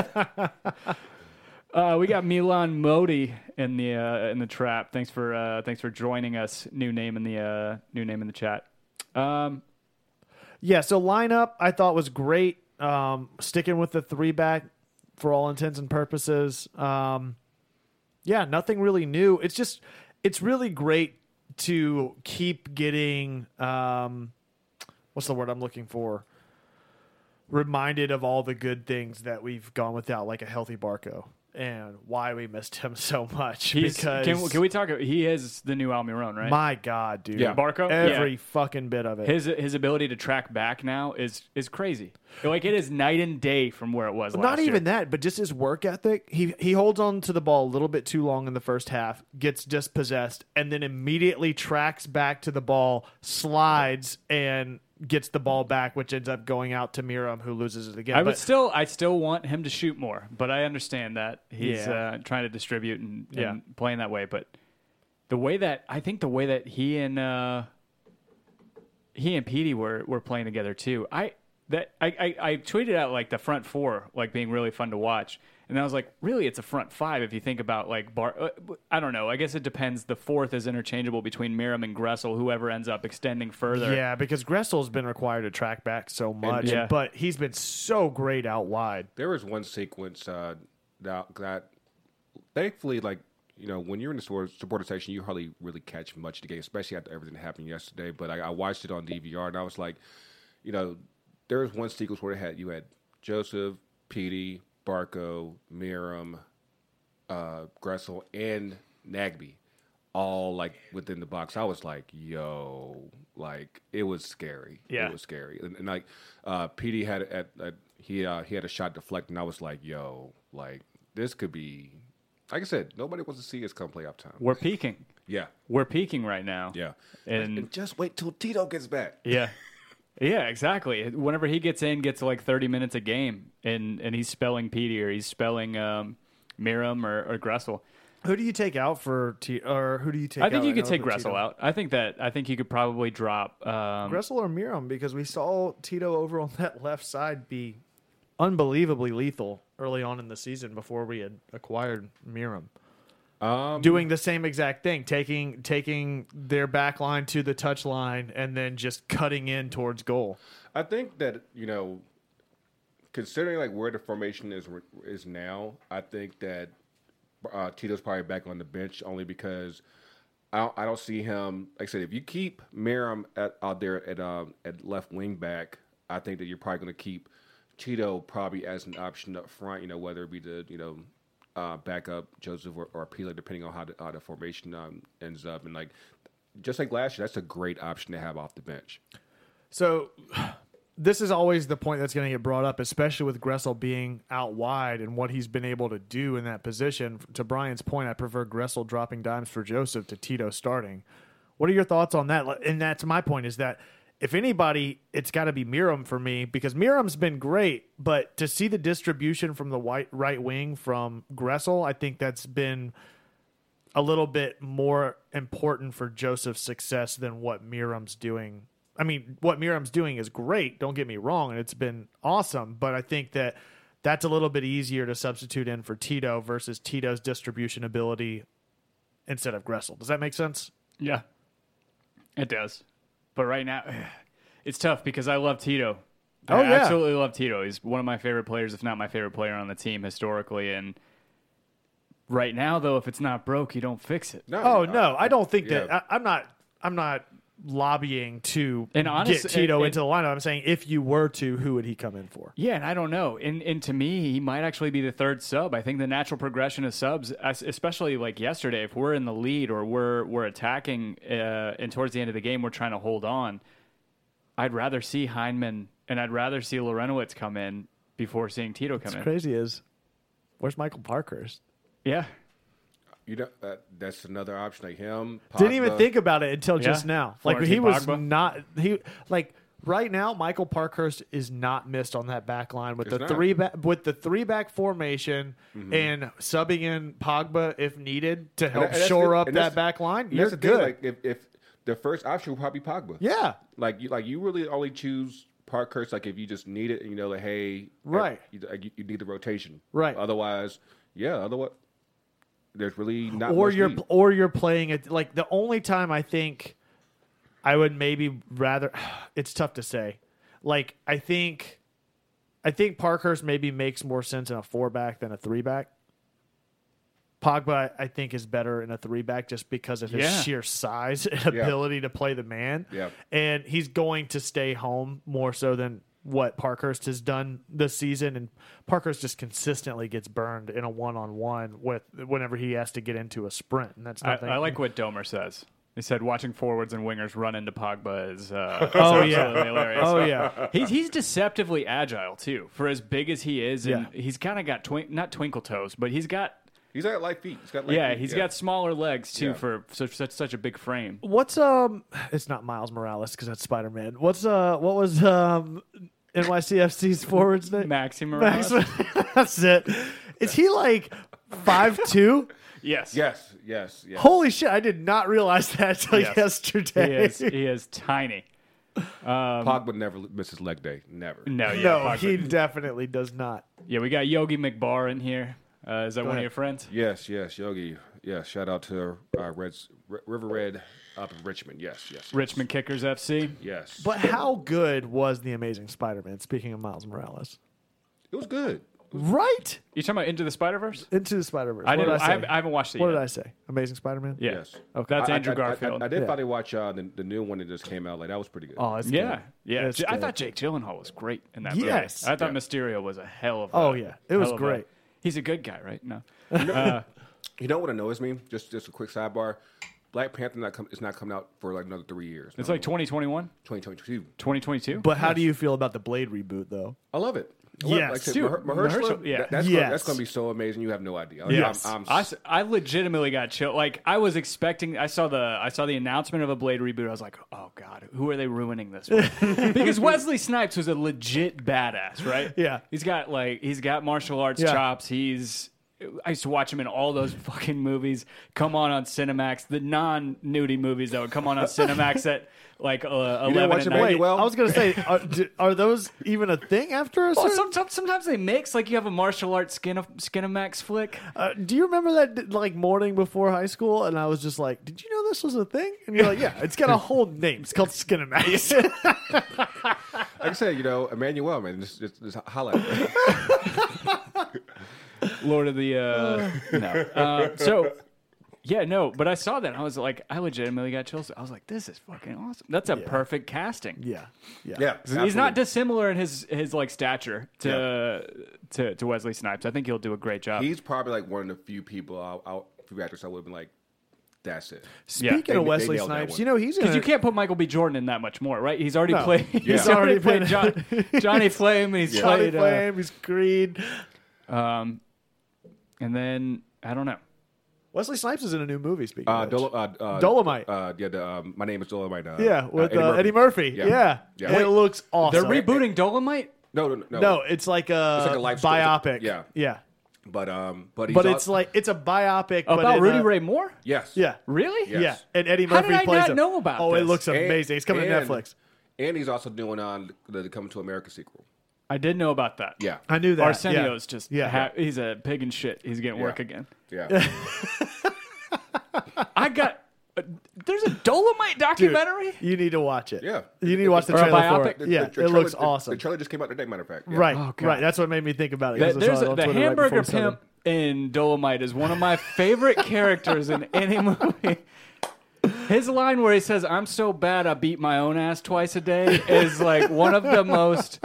Speaker 3: Uh, we got Milan Modi in the uh, in the trap. Thanks for uh, thanks for joining us. New name in the uh, new name in the chat. Um,
Speaker 1: Yeah, so lineup I thought was great. Um, sticking with the three back for all intents and purposes. Um, yeah, nothing really new. It's just it's really great to keep getting um, what's the word I'm looking for? Reminded of all the good things that we've gone without, like a healthy Barco, and why we missed him so much.
Speaker 3: he's,
Speaker 1: because
Speaker 3: can, can we talk? He is the new Almiron, right?
Speaker 1: my God, dude,
Speaker 2: Yeah.
Speaker 3: Barco?
Speaker 1: every
Speaker 3: Yeah.
Speaker 1: fucking bit of it.
Speaker 3: his his ability to track back now is is crazy. Like it is night and day from where it was. last
Speaker 1: Not
Speaker 3: year.
Speaker 1: even that, but just his work ethic. He he holds on to the ball a little bit too long in the first half, gets dispossessed, and then immediately tracks back to the ball, slides, and gets the ball back, which ends up going out to Miram, who loses it again.
Speaker 3: I
Speaker 1: but
Speaker 3: would still, I still want him to shoot more, but I understand that he's
Speaker 1: Yeah.
Speaker 3: uh, trying to distribute and, and
Speaker 1: Yeah.
Speaker 3: playing that way. But the way that I think the way that he and uh, he and Petey were were playing together too, I that I, I I tweeted out like the front four like being really fun to watch, and I was like, really, it's a front five if you think about like Bar. uh, I don't know. I guess it depends. The fourth is interchangeable between Miram and Gressel, whoever ends up extending further.
Speaker 1: yeah, because Gressel's been required to track back so much,
Speaker 3: Yeah.
Speaker 1: but he's been so great out wide.
Speaker 2: There was one sequence uh, that that thankfully like. You know, when you're in the support- supporter section, you hardly really catch much of the game, especially after everything happened yesterday. But I, I watched it on DVR, and I was like, you know, there was one sequence where it had you had Joseph, Petey, Barco, Miram, uh, Gressel, and Nagby, all like within the box. I was like, yo, like it was scary.
Speaker 1: Yeah.
Speaker 2: it was scary. And, and, like, uh, Petey had at, at he uh, he had a shot deflected, and I was like, yo, like this could be. Like I said, nobody wants to see us come playoff time.
Speaker 3: we're peaking.
Speaker 2: Yeah,
Speaker 3: We're peaking right now.
Speaker 2: yeah.
Speaker 3: and
Speaker 2: And just wait till Tito gets back.
Speaker 3: Yeah. Yeah, exactly. Whenever he gets in, gets like 30 minutes a game, and, and he's spelling Petey or he's spelling um, Miram or, or Gressel.
Speaker 1: Who do you take out for T? Or who do you take?
Speaker 3: I think
Speaker 1: out
Speaker 3: you could
Speaker 1: know,
Speaker 3: take
Speaker 1: for
Speaker 3: Gressel
Speaker 1: Tito?
Speaker 3: out. I think that I think you could probably drop. Um,
Speaker 1: Gressel or Miram because we saw Tito over on that left side be unbelievably lethal early on in the season before we had acquired Miram.
Speaker 2: Um,
Speaker 1: Doing the same exact thing, taking taking their back line to the touch line and then just cutting in towards goal.
Speaker 2: I think that you know, considering like where the formation is is now, I think that uh, Tito's probably back on the bench only because I don't, I don't see him. Like I said, if you keep Merrim at, out there at um, at left wing back, I think that you're probably going to keep Tito probably as an option up front. You know, whether it be the you know. Uh, back up Joseph or, or Pila, depending on how the, how the formation um, ends up, and like just like last year, that's a great option to have off the bench.
Speaker 1: So this is always the point that's going to get brought up, especially with Gressel being out wide and what he's been able to do in that position. To Brian's point, I prefer Gressel dropping dimes for Joseph to Tito starting. What are your thoughts on that? And that's my point is that if anybody, it's got to be Miram for me because Miram's been great, but to see the distribution from the white right wing from Gressel, I think that's been a little bit more important for Joseph's success than what Miram's doing. I mean, what Miram's doing is great, don't get me wrong, and it's been awesome, but I think that that's a little bit easier to substitute in for Tito versus Tito's distribution ability instead of Gressel. Does that make sense?
Speaker 3: Yeah, it does. But right now, it's tough because I love Tito.
Speaker 1: Oh,
Speaker 3: I
Speaker 1: yeah.
Speaker 3: absolutely love Tito. He's one of my favorite players, if not my favorite player on the team historically. And right now, though, if it's not broke, you don't fix it.
Speaker 2: No,
Speaker 1: Oh no, I don't think
Speaker 2: yeah.
Speaker 1: that I, I'm not. I'm not lobbying to
Speaker 3: And honest-
Speaker 1: get Tito
Speaker 3: and-
Speaker 1: into the lineup. I'm saying if you were to, who would he come in for?
Speaker 3: Yeah, and I don't know. And and to me, he might actually be the third sub. I think the natural progression of subs, es- especially like yesterday, if we're in the lead or we're we're attacking, uh, and towards the end of the game we're trying to hold on, I'd rather see Heinman and I'd rather see Lorenowitz come in before seeing Tito come in.
Speaker 1: Crazy is, where's Michael Parkhurst?
Speaker 3: Yeah,
Speaker 2: You know, uh, that's another option like him.
Speaker 1: Didn't
Speaker 2: Pogba.
Speaker 1: even think about it until just
Speaker 3: Yeah.
Speaker 1: now. Like
Speaker 3: Florentine
Speaker 1: he was
Speaker 3: Pogba.
Speaker 1: not he like right now. Michael Parkhurst is not missed on that back line with the
Speaker 2: not. Mm-hmm.
Speaker 1: three back with the three back formation and subbing in Pogba if needed to help
Speaker 2: And that's
Speaker 1: shore
Speaker 2: the-
Speaker 1: up
Speaker 2: and that's
Speaker 1: that
Speaker 2: the-
Speaker 1: back line.
Speaker 2: and
Speaker 1: You're
Speaker 2: that's the thing,
Speaker 1: good.
Speaker 2: like if, if the first option would probably be Pogba.
Speaker 1: yeah,
Speaker 2: Like you, like you really only choose Parkhurst like if you just need it and you know like hey,
Speaker 1: Right.
Speaker 2: You, like, you, you need the rotation.
Speaker 1: Right.
Speaker 2: Otherwise, yeah. Otherwise, there's really not.
Speaker 1: or
Speaker 2: much
Speaker 1: you're
Speaker 2: need.
Speaker 1: or you're playing it like the only time I think I would maybe rather it's tough to say. Like I think I think Parkhurst maybe makes more sense in a four back than a three back. Pogba I think is better in a three back just because of his
Speaker 3: Yeah.
Speaker 1: sheer size and
Speaker 2: Yeah.
Speaker 1: ability to play the man.
Speaker 2: Yeah.
Speaker 1: And he's going to stay home more so than what Parkhurst has done this season and Parkhurst just consistently gets burned in a one on one with whenever he has to get into a sprint and that's
Speaker 3: I,
Speaker 1: nothing.
Speaker 3: I like what Domer says. He said watching forwards and wingers run into Pogba is uh,
Speaker 1: Oh,
Speaker 3: oh
Speaker 1: yeah.
Speaker 3: yeah, hilarious.
Speaker 1: Oh yeah.
Speaker 3: He's he's deceptively agile too, for as big as he is, and
Speaker 1: Yeah.
Speaker 3: he's kind of got twink not twinkle toes, but he's got
Speaker 2: He's got light feet. He's got light
Speaker 3: yeah,
Speaker 2: feet,
Speaker 3: he's got smaller legs too
Speaker 2: Yeah.
Speaker 3: for such, such such a big frame.
Speaker 1: What's um? It's not Miles Morales because that's Spider Man. What's uh? What was um? NYCFC's forward's name?
Speaker 3: Maxi
Speaker 1: Max-
Speaker 3: Morales.
Speaker 1: that's it. Is he like five two?
Speaker 3: Yes,
Speaker 2: Yes, yes, yes.
Speaker 1: Holy shit! I did not realize that until
Speaker 3: Yes. he
Speaker 1: yesterday.
Speaker 3: is he is tiny.
Speaker 2: Pogba never misses leg day. Never.
Speaker 3: No, yeah,
Speaker 1: no,
Speaker 3: Pogba.
Speaker 1: he definitely does not.
Speaker 3: yeah. We got Yogi McBar in here. Uh, is that one
Speaker 1: ahead.
Speaker 3: of your friends?
Speaker 2: Yes, yes, Yogi. Yes, shout out to uh, Reds, R- River Red up in Richmond. Yes, yes,
Speaker 3: Richmond Kickers FC.
Speaker 2: yes.
Speaker 1: But how good was the Amazing Spider Man? Speaking of Miles Morales,
Speaker 2: it was good.
Speaker 1: right
Speaker 3: You talking about Into the Spider Verse?
Speaker 1: into the Spider Verse.
Speaker 3: I
Speaker 1: did
Speaker 3: didn't. I,
Speaker 1: I say?
Speaker 3: haven't- I haven't watched it
Speaker 1: what
Speaker 3: yet.
Speaker 1: did I say? Amazing Spider Man.
Speaker 3: Yeah.
Speaker 2: Yes.
Speaker 1: Okay.
Speaker 3: That's
Speaker 2: I- I-
Speaker 3: Andrew
Speaker 2: I- I-
Speaker 3: Garfield.
Speaker 2: I, did
Speaker 1: Yeah.
Speaker 2: finally watch uh, the, the new one that just came out. Like that was pretty good.
Speaker 1: Oh, it's
Speaker 3: yeah,
Speaker 1: good.
Speaker 3: yeah.
Speaker 1: It's
Speaker 3: J- I
Speaker 1: good.
Speaker 3: thought Jake Gyllenhaal was great in that.
Speaker 1: Yes.
Speaker 3: movie. I thought Mysterio was a hell of. A,
Speaker 1: Oh, yeah. It was
Speaker 3: hell of a-
Speaker 1: great.
Speaker 3: he's a good guy, right? No.
Speaker 2: you know what annoys me? Just just a quick sidebar. Black Panther not com- is not coming out for like another three years.
Speaker 3: It's like 2021,
Speaker 2: 2022.
Speaker 3: 2022.
Speaker 1: But how do you feel about the Blade reboot though?
Speaker 2: I love it. I love it.
Speaker 1: Yes,
Speaker 2: like I said,
Speaker 3: dude,
Speaker 2: Maher- Mahershala,
Speaker 3: Mahershala, yeah.
Speaker 2: that- that's
Speaker 1: Yes.
Speaker 2: gonna, that's going to be so amazing. You have no idea. Like,
Speaker 1: Yes.
Speaker 2: I'm,
Speaker 3: I,
Speaker 2: I'm,
Speaker 3: s- I legitimately got chill. Like I was expecting. I saw the I saw the announcement of a Blade reboot. I was like, oh god, who are they ruining this? With? because Wesley Snipes was a legit badass, right?
Speaker 1: Yeah.
Speaker 3: he's got like he's got martial arts
Speaker 1: Yeah.
Speaker 3: chops. He's I used to watch him in all those fucking movies. Come on on Cinemax, the non nudie movies that would come on on Cinemax at like uh, eleven
Speaker 2: watch
Speaker 3: at
Speaker 2: him
Speaker 3: night.
Speaker 2: Wait,
Speaker 1: Wait,
Speaker 2: well-
Speaker 1: I was gonna say, are, d are those even a thing after a
Speaker 3: Well,
Speaker 1: certain?
Speaker 3: some, some- Oh, sometimes they mix. Like you have a martial arts skin of Skinemax flick.
Speaker 1: uh, do you remember that like morning before high school? And I was just like, "Did you know this was a thing?" And you're like, "Yeah, it's got a whole name. It's called Skinemax."
Speaker 2: like I said, you know, Emmanuel, man, just, just, just highlight. it.
Speaker 3: Lord of the uh, no. Uh, so yeah, no. But I saw that and I was like, I legitimately got chills. I was like, this is fucking awesome. That's a perfect casting.
Speaker 1: yeah, yeah,
Speaker 2: yeah,
Speaker 3: He's
Speaker 2: absolutely.
Speaker 3: not dissimilar in his his like stature to to, to Wesley Snipes. I think he'll do a great job.
Speaker 2: He's probably like one of the few people, I'll, I'll, few actors I would have been like, that's it.
Speaker 1: Speaking
Speaker 2: they-
Speaker 1: of Wesley
Speaker 2: they nailed that
Speaker 1: Snipes,
Speaker 2: one.
Speaker 1: you know he's
Speaker 3: because
Speaker 1: gonna.
Speaker 3: you can't put Michael B. Jordan in that much more, right? He's already
Speaker 1: No.
Speaker 3: played. He's
Speaker 2: Yeah.
Speaker 3: already
Speaker 1: Already been-
Speaker 3: played John, Johnny Flame. And he's
Speaker 1: Johnny
Speaker 3: played. uh,
Speaker 1: Flame, he's Creed.
Speaker 3: and then I don't know.
Speaker 1: Wesley Snipes is in a new movie. Speaking
Speaker 2: Uh,
Speaker 1: of
Speaker 2: Dol-
Speaker 1: which.
Speaker 2: uh, uh,
Speaker 1: Dolomite.
Speaker 2: Uh, yeah, the, um, my name is Dolomite. Uh,
Speaker 1: yeah,
Speaker 2: uh,
Speaker 1: with uh, Eddie, Murphy. Yeah, And it looks awesome.
Speaker 3: They're rebooting Dolomite.
Speaker 2: No, no, no.
Speaker 1: No, it's like a,
Speaker 2: It's like a life story.
Speaker 1: biopic.
Speaker 2: Yeah.
Speaker 1: yeah,
Speaker 2: But um, but he's
Speaker 1: but
Speaker 2: al-
Speaker 1: it's like it's a biopic but
Speaker 3: About
Speaker 1: in
Speaker 3: Rudy
Speaker 1: a-
Speaker 3: Ray Moore?
Speaker 2: yes,
Speaker 1: Yeah,
Speaker 3: Really?
Speaker 1: yeah,
Speaker 2: Yes.
Speaker 1: and Eddie
Speaker 3: How
Speaker 1: Murphy
Speaker 3: did I
Speaker 1: plays
Speaker 3: not
Speaker 1: him.
Speaker 3: know about
Speaker 1: Oh, it
Speaker 3: this?
Speaker 1: looks
Speaker 2: And-
Speaker 1: amazing. It's coming
Speaker 2: and-
Speaker 1: to Netflix.
Speaker 2: And he's also doing on the, the Coming to America sequel.
Speaker 3: I did know about that.
Speaker 2: Yeah,
Speaker 1: I knew that.
Speaker 3: Arsenio's
Speaker 1: yeah.
Speaker 3: just
Speaker 1: yeah.
Speaker 3: ha- he's a pig and shit. He's getting work
Speaker 2: Yeah.
Speaker 3: again.
Speaker 2: yeah.
Speaker 3: I got uh, there's a Dolomite
Speaker 1: Dude,
Speaker 3: documentary.
Speaker 1: you need to watch it.
Speaker 2: Yeah.
Speaker 1: you need to watch the
Speaker 3: Or a
Speaker 1: trailer for
Speaker 3: biopic?
Speaker 1: it.
Speaker 2: The-
Speaker 1: yeah,
Speaker 2: the- the
Speaker 1: it
Speaker 2: trailer-
Speaker 1: looks
Speaker 2: the-
Speaker 1: awesome.
Speaker 2: The trailer just came out today. Matter of fact, yeah.
Speaker 1: right,
Speaker 3: Oh, God.
Speaker 1: right. That's what made me think about it.
Speaker 3: Th-
Speaker 1: 'cause I
Speaker 3: there's
Speaker 1: saw it
Speaker 3: a,
Speaker 1: on
Speaker 3: the
Speaker 1: Twitter right
Speaker 3: hamburger
Speaker 1: before we started.
Speaker 3: pimp in Dolomite is one of my favorite characters in any movie. His line where he says, "I'm so bad I beat my own ass twice a day" is like one of the most.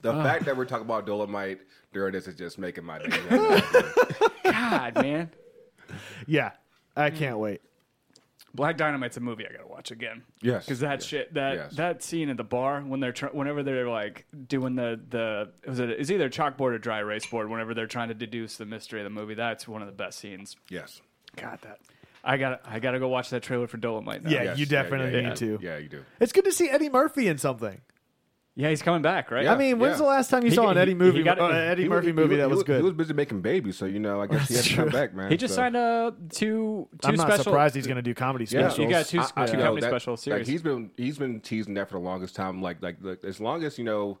Speaker 2: The
Speaker 1: Oh,
Speaker 2: fact that we're talking about Dolomite during this is just making my day.
Speaker 3: God, man,
Speaker 1: Yeah, I can't wait.
Speaker 3: Black Dynamite's a movie I gotta watch again.
Speaker 2: Yes.
Speaker 3: because that shit that
Speaker 2: Yes.
Speaker 3: that scene at the bar when they're tr- whenever they're like doing the the it was it is either chalkboard or dry erase board. Whenever they're trying to deduce the mystery of the movie, that's one of the best scenes.
Speaker 2: yes.
Speaker 3: God, that I got to I gotta go watch that trailer for Dolomite. Now.
Speaker 1: Yeah,
Speaker 2: Yes.
Speaker 1: you
Speaker 2: Yeah, yeah,
Speaker 1: definitely
Speaker 2: yeah,
Speaker 1: need
Speaker 2: yeah.
Speaker 1: to.
Speaker 2: Yeah, you do.
Speaker 1: It's good to see Eddie Murphy in something.
Speaker 3: yeah, he's coming back, right?
Speaker 2: Yeah.
Speaker 1: I mean, when's
Speaker 2: yeah.
Speaker 1: the last time you
Speaker 3: He-
Speaker 1: saw an
Speaker 3: he-
Speaker 1: Eddie
Speaker 3: he
Speaker 1: movie?
Speaker 3: got-
Speaker 1: uh, Eddie
Speaker 2: He
Speaker 1: Murphy
Speaker 2: he
Speaker 1: movie that
Speaker 2: he
Speaker 1: was
Speaker 2: He was
Speaker 1: good.
Speaker 2: busy making babies, so you know, I guess he had to come back, man.
Speaker 3: He just
Speaker 2: so.
Speaker 3: signed uh two two
Speaker 1: I'm not
Speaker 3: special.
Speaker 1: surprised he's going to do comedy specials.
Speaker 3: you got two-
Speaker 2: I- I
Speaker 3: two
Speaker 2: know
Speaker 3: comedy
Speaker 2: that-
Speaker 3: special
Speaker 2: Like
Speaker 3: series.
Speaker 2: he's been he's been teasing that for the longest time. Like like, like as long as you know,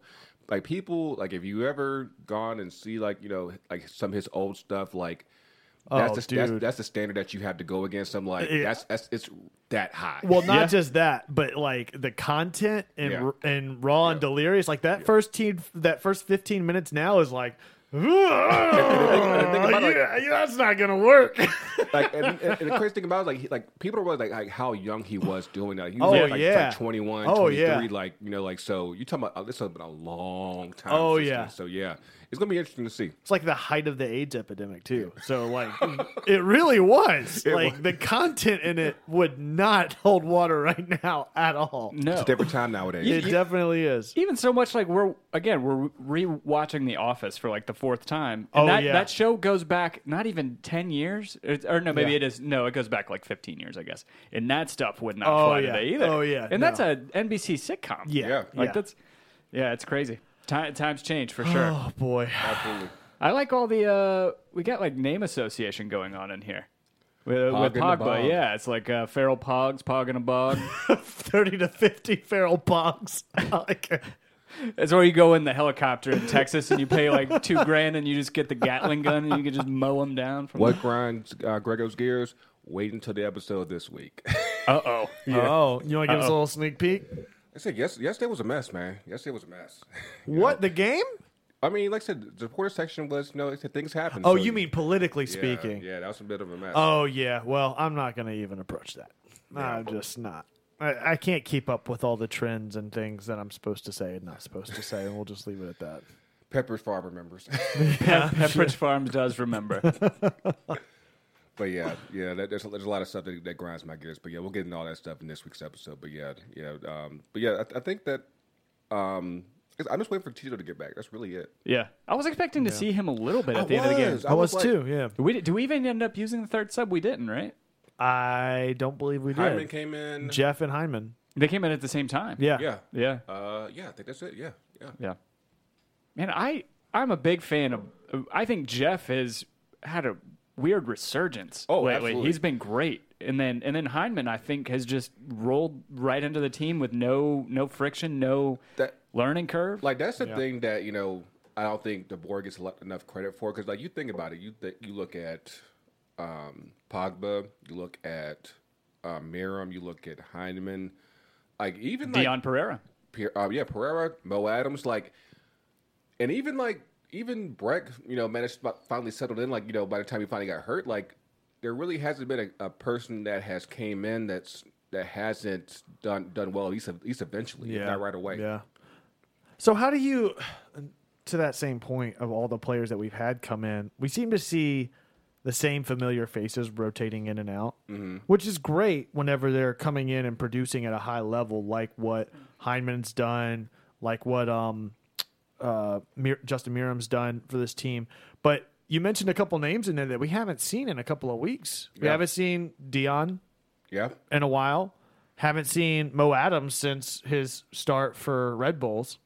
Speaker 2: like people like if you ever gone and see like you know like some of his old stuff like. That's,
Speaker 1: Oh,
Speaker 2: the, that's,
Speaker 1: dude.
Speaker 2: that's the standard that you have to go against. I'm like,
Speaker 1: Yeah.
Speaker 2: that's, that's it's that high.
Speaker 1: Well, not just that, but like the content and
Speaker 2: Yeah.
Speaker 1: and raw and delirious. Like that first teen, that first fifteen minutes now is like,
Speaker 2: think about it, like-
Speaker 1: yeah, yeah, that's not going to work.
Speaker 2: like and, and, and the crazy thing about it is like he, like people don't realize like, like how young he was doing that. He was
Speaker 1: Oh,
Speaker 2: like, like,
Speaker 1: yeah.
Speaker 2: like 21,
Speaker 1: Oh,
Speaker 2: 23,
Speaker 1: yeah.
Speaker 2: like you know, like so you talking about oh, this has been a long time.
Speaker 1: Oh,
Speaker 2: since
Speaker 1: yeah.
Speaker 2: then. So yeah, it's gonna be interesting to see.
Speaker 1: it's like the height of the AIDS epidemic too. So like, it really was. like the content in it would not hold water right now at all.
Speaker 3: No,
Speaker 2: It's a different time nowadays.
Speaker 1: It definitely is.
Speaker 3: even so much like we're again we're rewatching The Office for like the fourth time. And
Speaker 1: Oh,
Speaker 3: that,
Speaker 1: yeah.
Speaker 3: that show goes back not even ten years, It's- or no, maybe
Speaker 1: Yeah.
Speaker 3: it is. No, it goes back like fifteen years, I guess. And that stuff would not
Speaker 1: Oh,
Speaker 3: fly
Speaker 1: yeah.
Speaker 3: today either.
Speaker 1: Oh, yeah,
Speaker 3: and
Speaker 1: no.
Speaker 3: that's a NBC sitcom.
Speaker 1: Yeah,
Speaker 2: Yeah.
Speaker 3: like that's yeah, it's crazy. Time, times change for sure.
Speaker 1: Oh boy.
Speaker 2: Absolutely.
Speaker 3: I like all the uh, we got like name association going on in here. With, with
Speaker 2: and the Bog.
Speaker 3: Pogba, yeah, it's like uh, feral pogs, pog and a bog.
Speaker 1: 30 to 50 feral pogs. I like it.
Speaker 3: That's where you go in the helicopter in Texas and you pay like two grand and you just get the Gatling gun and you can just mow them down. From
Speaker 2: What grinds uh, Grego's gears? Wait until the episode this week.
Speaker 3: Uh oh.
Speaker 1: Oh, you want to give us a little sneak peek?
Speaker 2: I said yes. Yesterday was a mess, man. Yesterday was a mess.
Speaker 1: What, the game?
Speaker 2: I mean, like I said, the reporter section was you know like I said, things happen.
Speaker 1: Oh,
Speaker 2: so
Speaker 1: you mean politically
Speaker 2: yeah,
Speaker 1: speaking.
Speaker 2: Yeah, that was a bit of a mess.
Speaker 1: Oh, yeah. Well, I'm not going to even approach that. I'm just not. I, I can't keep up with all the trends and things that I'm supposed to say and not supposed to say, and we'll just leave it at that.
Speaker 2: Pepper's Farmer members.
Speaker 3: Pepperidge Farms does remember.
Speaker 2: But yeah, yeah, that, there's, there's a lot of stuff that, that grinds my gears. But yeah, we'll get into all that stuff in this week's episode. But yeah, yeah, um, but yeah, I, I think that um, it's- I'm just waiting for Tito to get back. That's really it.
Speaker 3: Yeah. I was expecting to see him a little bit at
Speaker 2: I
Speaker 3: the end of the game.
Speaker 2: was,
Speaker 1: I was
Speaker 2: like,
Speaker 1: too, yeah.
Speaker 3: Do we, do we even end up using the third sub? We didn't, right?
Speaker 1: I don't believe we did.
Speaker 2: Hyman came in.
Speaker 1: Jeff and Hyman.
Speaker 3: They came in at the same time.
Speaker 1: Yeah.
Speaker 2: yeah,
Speaker 3: Yeah.
Speaker 2: uh, yeah. I think that's it. Yeah, yeah.
Speaker 3: Yeah. Man, I, I'm a big fan of. I think Jeff has had a weird resurgence
Speaker 2: Oh,
Speaker 3: lately.
Speaker 2: absolutely.
Speaker 3: He's been great. And then and then Heineman, I think, has just rolled right into the team with no no friction, no
Speaker 2: That-
Speaker 3: learning curve.
Speaker 2: Like that's the thing that you know I don't think the board gets lo- enough credit for because like you think about it, you think you look at um, Pogba, you look at uh, Miram, you look at Heineman, like even like,
Speaker 3: Dion Pereira.
Speaker 2: Pier, um, yeah, Pereira, Mo Adams, like, and even like even Breck, you know, managed to finally settled in. Like, you know, by the time he finally got hurt, like, there really hasn't been a, a person that has came in that's that hasn't done done well. At least at least eventually, if not right away.
Speaker 1: Yeah. So how do you to that same point of all the players that we've had come in, we seem to see the same familiar faces rotating in and out,
Speaker 2: Mm-hmm.
Speaker 1: which is great whenever they're coming in and producing at a high level, like what Heineman's done, like what um, uh, Mir- Justin Miram's done for this team. But you mentioned a couple names in there that we haven't seen in a couple of weeks. We
Speaker 2: Yeah.
Speaker 1: haven't seen Dion
Speaker 2: Yeah.
Speaker 1: in a while. Haven't seen Mo Adams since his start for Red Bulls.